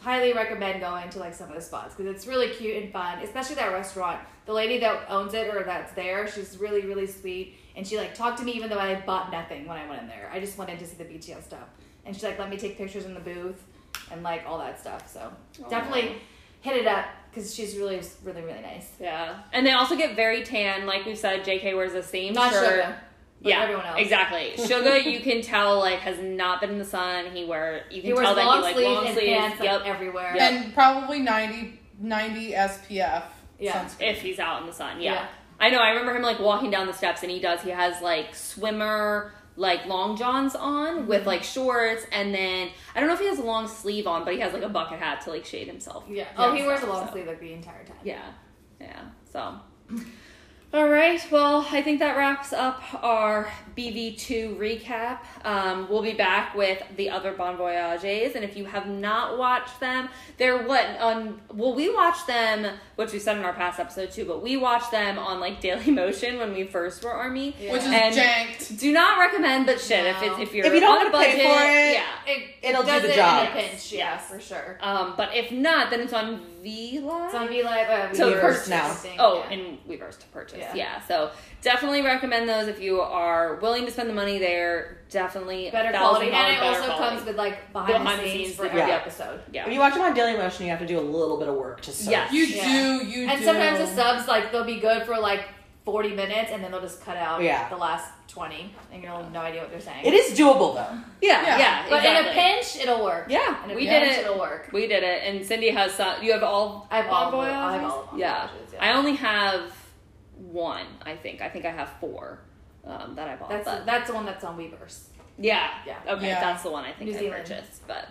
[SPEAKER 8] highly recommend going to like some of the spots because it's really cute and fun. Especially that restaurant. The lady that owns it or that's there, she's really really sweet, and she like talked to me even though I bought nothing when I went in there. I just wanted to see the BTS stuff, and she like let me take pictures in the booth and like all that stuff. So definitely hit it up because she's really really really nice.
[SPEAKER 4] Yeah, and they also get very tan. Like we said, JK wears the same
[SPEAKER 8] Not
[SPEAKER 4] shirt.
[SPEAKER 8] Suga, but
[SPEAKER 4] yeah,
[SPEAKER 8] everyone else.
[SPEAKER 4] exactly. Suga, you can tell like has not been in the sun. He wear you can
[SPEAKER 8] He wears
[SPEAKER 4] tell that
[SPEAKER 8] long
[SPEAKER 4] he like
[SPEAKER 8] sleeves
[SPEAKER 4] long
[SPEAKER 8] and
[SPEAKER 4] sleeves.
[SPEAKER 8] pants
[SPEAKER 4] yep.
[SPEAKER 8] like, everywhere.
[SPEAKER 4] Yep.
[SPEAKER 6] And probably 90, 90 SPF.
[SPEAKER 8] Yeah.
[SPEAKER 6] Sunscreen.
[SPEAKER 4] if he's out in the sun, yeah.
[SPEAKER 8] Yeah.
[SPEAKER 4] I know. I remember him like walking down the steps, and he does. He has like swimmer like long johns on
[SPEAKER 8] Mm-hmm.
[SPEAKER 4] with like shorts, and then I don't know if he has a long sleeve on, but he has like a bucket hat to like shade himself.
[SPEAKER 8] Yeah. Oh, he
[SPEAKER 4] Yeah,
[SPEAKER 8] wears a
[SPEAKER 4] so-
[SPEAKER 8] long
[SPEAKER 4] so.
[SPEAKER 8] sleeve like the entire time.
[SPEAKER 4] Yeah. Yeah. So. All right. Well, I think that wraps up our BV2 recap. Um, we'll be back with the other Bon Voyages, and if you have not watched them, they're what on? Well, we watched them, which we said in our past episode too, but we watched them on like Daily Motion when we first were Army.
[SPEAKER 6] Which is
[SPEAKER 4] And-
[SPEAKER 6] janked.
[SPEAKER 4] Do not recommend, but shit, if it's if you're
[SPEAKER 5] If you don't
[SPEAKER 4] on a
[SPEAKER 5] wanna pay
[SPEAKER 4] budget,
[SPEAKER 5] for it,
[SPEAKER 4] yeah.
[SPEAKER 8] It,
[SPEAKER 5] It'll do
[SPEAKER 8] does
[SPEAKER 5] the
[SPEAKER 8] it
[SPEAKER 5] job.
[SPEAKER 8] in a pinch. Yeah,
[SPEAKER 4] Yes.
[SPEAKER 8] for sure.
[SPEAKER 4] Um, but if not, then it's on V Live.
[SPEAKER 8] It's on V Live. Uh,
[SPEAKER 4] So
[SPEAKER 8] Weverse
[SPEAKER 5] first
[SPEAKER 8] or
[SPEAKER 5] now.
[SPEAKER 8] something,
[SPEAKER 4] Oh,
[SPEAKER 8] yeah.
[SPEAKER 4] and Weavers to purchase. Yeah.
[SPEAKER 8] Yeah.
[SPEAKER 4] So definitely recommend those if you are willing to spend the money there. Definitely
[SPEAKER 8] better
[SPEAKER 4] $1,000
[SPEAKER 8] quality, and it
[SPEAKER 4] better
[SPEAKER 8] also
[SPEAKER 4] quality.
[SPEAKER 8] comes with like behind,
[SPEAKER 4] Behind
[SPEAKER 8] the
[SPEAKER 4] the
[SPEAKER 8] scenes,
[SPEAKER 4] scenes
[SPEAKER 8] for
[SPEAKER 4] that-
[SPEAKER 8] every
[SPEAKER 5] yeah.
[SPEAKER 8] episode.
[SPEAKER 4] yeah.
[SPEAKER 5] When you watch them on Daily Motion, you have to do a little bit of work to search.
[SPEAKER 4] Yes.
[SPEAKER 6] You
[SPEAKER 8] Yeah.
[SPEAKER 6] do, you do.
[SPEAKER 8] And sometimes the subs like they'll be good for like forty minutes, and then they'll just cut out
[SPEAKER 5] Yeah.
[SPEAKER 8] the last twenty, and you'll have no idea what they're saying.
[SPEAKER 5] It is doable though.
[SPEAKER 4] yeah, yeah,
[SPEAKER 6] Yeah.
[SPEAKER 8] but
[SPEAKER 4] exactly.
[SPEAKER 8] in a pinch, it'll work.
[SPEAKER 4] Yeah,
[SPEAKER 8] in a
[SPEAKER 4] we
[SPEAKER 8] pinch,
[SPEAKER 4] did it.
[SPEAKER 8] It'll work.
[SPEAKER 4] we did it, and Cindy has some. You have all.
[SPEAKER 8] I have all.
[SPEAKER 4] Bon
[SPEAKER 8] of them. I have
[SPEAKER 4] Voyages?
[SPEAKER 8] all. of them.
[SPEAKER 4] Yeah.
[SPEAKER 8] Yeah.
[SPEAKER 4] I only have one. I think. I think I have four um, that I bought.
[SPEAKER 8] That's
[SPEAKER 4] but
[SPEAKER 8] that's the one that's on Weverse.
[SPEAKER 4] Yeah.
[SPEAKER 3] Yeah.
[SPEAKER 4] Okay,
[SPEAKER 6] Yeah.
[SPEAKER 4] that's the one I think
[SPEAKER 3] New
[SPEAKER 4] I
[SPEAKER 3] Zealand.
[SPEAKER 4] purchased. But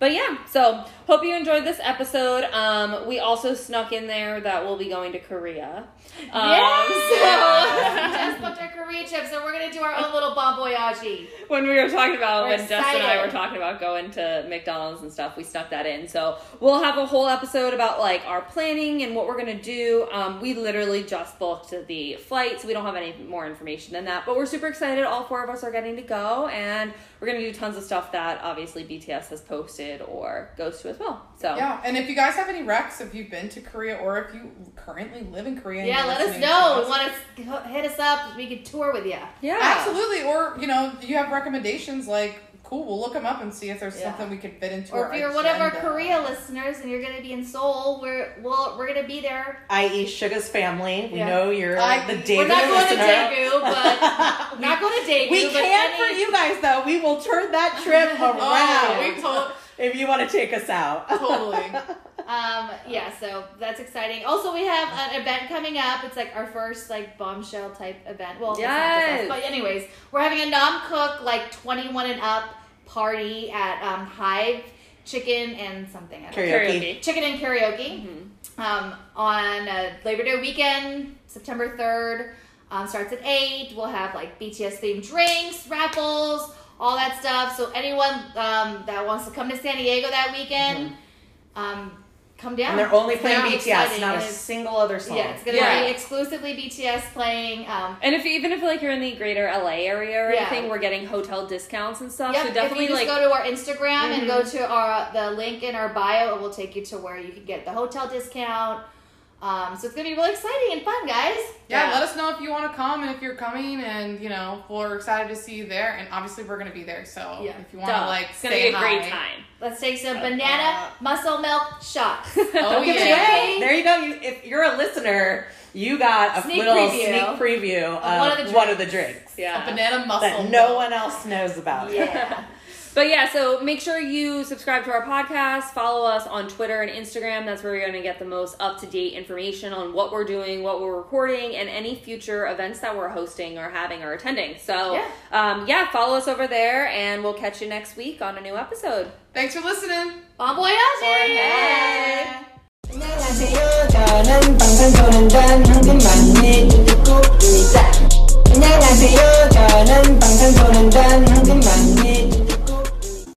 [SPEAKER 4] but yeah, so hope you enjoyed this episode. Um, we also snuck in there that we'll be going to Korea. Um,
[SPEAKER 3] Yes! we just booked our Korea trip, so we're gonna do our own little bon voyage.
[SPEAKER 4] So when we were talking about
[SPEAKER 3] We're
[SPEAKER 4] when Justin and I
[SPEAKER 3] excited.
[SPEAKER 4] were talking about going to McDonald's and stuff, we stuck that in. So we'll have a whole episode about like our planning and what we're gonna do. Um, we literally just booked the flights. We don't have any more information than that, but we're super excited. All four of us are getting to go, and we're gonna do tons of stuff that obviously BTS has posted or goes to as well. So
[SPEAKER 6] Yeah, and if you guys have any recs, if you've been to Korea or if you currently live in Korea, and
[SPEAKER 3] Yeah,
[SPEAKER 6] you're
[SPEAKER 3] let us
[SPEAKER 6] listening to
[SPEAKER 3] know. We want to hit us up. We can tour with you.
[SPEAKER 4] yeah,
[SPEAKER 6] Absolutely, or you know, you have recommendations like, cool, we'll look them up and see if there's
[SPEAKER 3] Yeah.
[SPEAKER 6] something we could fit into.
[SPEAKER 3] Or
[SPEAKER 6] our
[SPEAKER 3] if you're one of our
[SPEAKER 6] agenda.
[SPEAKER 3] Korea listeners and you're gonna be in Seoul, we're we'll, we're gonna be there.
[SPEAKER 5] I.e., Suga's E family. We
[SPEAKER 3] Yeah.
[SPEAKER 5] know you're
[SPEAKER 6] I-
[SPEAKER 5] the
[SPEAKER 6] we're
[SPEAKER 5] Daegu
[SPEAKER 3] we're not going to
[SPEAKER 5] listener.
[SPEAKER 3] Daegu, but we're not going to Daegu.
[SPEAKER 5] we
[SPEAKER 3] but
[SPEAKER 5] can
[SPEAKER 3] any-
[SPEAKER 5] for you guys though. We will turn that trip around
[SPEAKER 6] Oh, we to-
[SPEAKER 5] if you want to take us out.
[SPEAKER 6] totally.
[SPEAKER 3] Um, yeah, so that's exciting. Also, we have an event coming up. It's like our first like bombshell type event. Well, it's not just us,
[SPEAKER 4] Yes.
[SPEAKER 3] but anyways, we're having a nom cook like twenty one and up party at um, Hive Chicken and something. I don't know.
[SPEAKER 5] Karaoke.
[SPEAKER 3] Chicken and karaoke
[SPEAKER 5] Mm-hmm.
[SPEAKER 3] um, on uh, Labor Day weekend, September third. Um, starts at eight. We'll have like BTS themed drinks, raffles, all that stuff. So anyone um, that wants to come to San Diego that weekend, um, come down.
[SPEAKER 5] Mm-hmm. And they're only
[SPEAKER 3] It's
[SPEAKER 5] playing
[SPEAKER 3] gonna be
[SPEAKER 5] BTS,
[SPEAKER 3] exciting,
[SPEAKER 5] not a
[SPEAKER 3] and it's-
[SPEAKER 5] single other song.
[SPEAKER 3] yeah, it's gonna
[SPEAKER 4] Yeah.
[SPEAKER 3] be exclusively BTS playing. Um,
[SPEAKER 4] And if even if like you're in the greater LA area or
[SPEAKER 3] Yeah.
[SPEAKER 4] anything, we're getting hotel discounts and stuff.
[SPEAKER 3] yep,
[SPEAKER 4] so definitely
[SPEAKER 3] if you
[SPEAKER 4] like Mm-hmm.
[SPEAKER 3] just go to our Instagram and go to our the link in our bio, it will take you to where you can get the hotel discount. Um, so it's gonna be really exciting and fun, guys.
[SPEAKER 6] Yeah,
[SPEAKER 4] Yeah.
[SPEAKER 6] let us know if you want to come and if you're coming, and you know we're excited to see you there. And obviously we're gonna be there, so
[SPEAKER 3] Yeah.
[SPEAKER 6] if you
[SPEAKER 4] duh,
[SPEAKER 6] want to like
[SPEAKER 4] it's gonna
[SPEAKER 6] say
[SPEAKER 4] be a great
[SPEAKER 6] hi.
[SPEAKER 4] time.
[SPEAKER 3] Let's take some banana muscle milk shots.
[SPEAKER 6] Oh
[SPEAKER 3] Give it
[SPEAKER 6] yeah,
[SPEAKER 3] away.
[SPEAKER 5] There you go. You, if you're a listener, you got a
[SPEAKER 3] Sneak
[SPEAKER 5] little
[SPEAKER 3] preview.
[SPEAKER 5] sneak preview of,
[SPEAKER 3] one of the
[SPEAKER 5] one of the
[SPEAKER 3] drinks.
[SPEAKER 5] drinks
[SPEAKER 4] Yeah.
[SPEAKER 6] a banana muscle
[SPEAKER 5] that no one else knows about.
[SPEAKER 3] yeah.
[SPEAKER 4] But yeah, so make sure you subscribe to our podcast, follow us on Twitter and Instagram. That's where you're going to get the most up to date information on what we're doing, what we're recording, and any future events that we're hosting or having or attending. So,
[SPEAKER 3] Yeah.
[SPEAKER 4] um, yeah follow us over there, and we'll catch you next week on a new episode.
[SPEAKER 6] Thanks for listening.
[SPEAKER 3] Bon voyage!
[SPEAKER 4] Hey!
[SPEAKER 9] 안녕하세요. 저는 방탄소년단 현빈만님.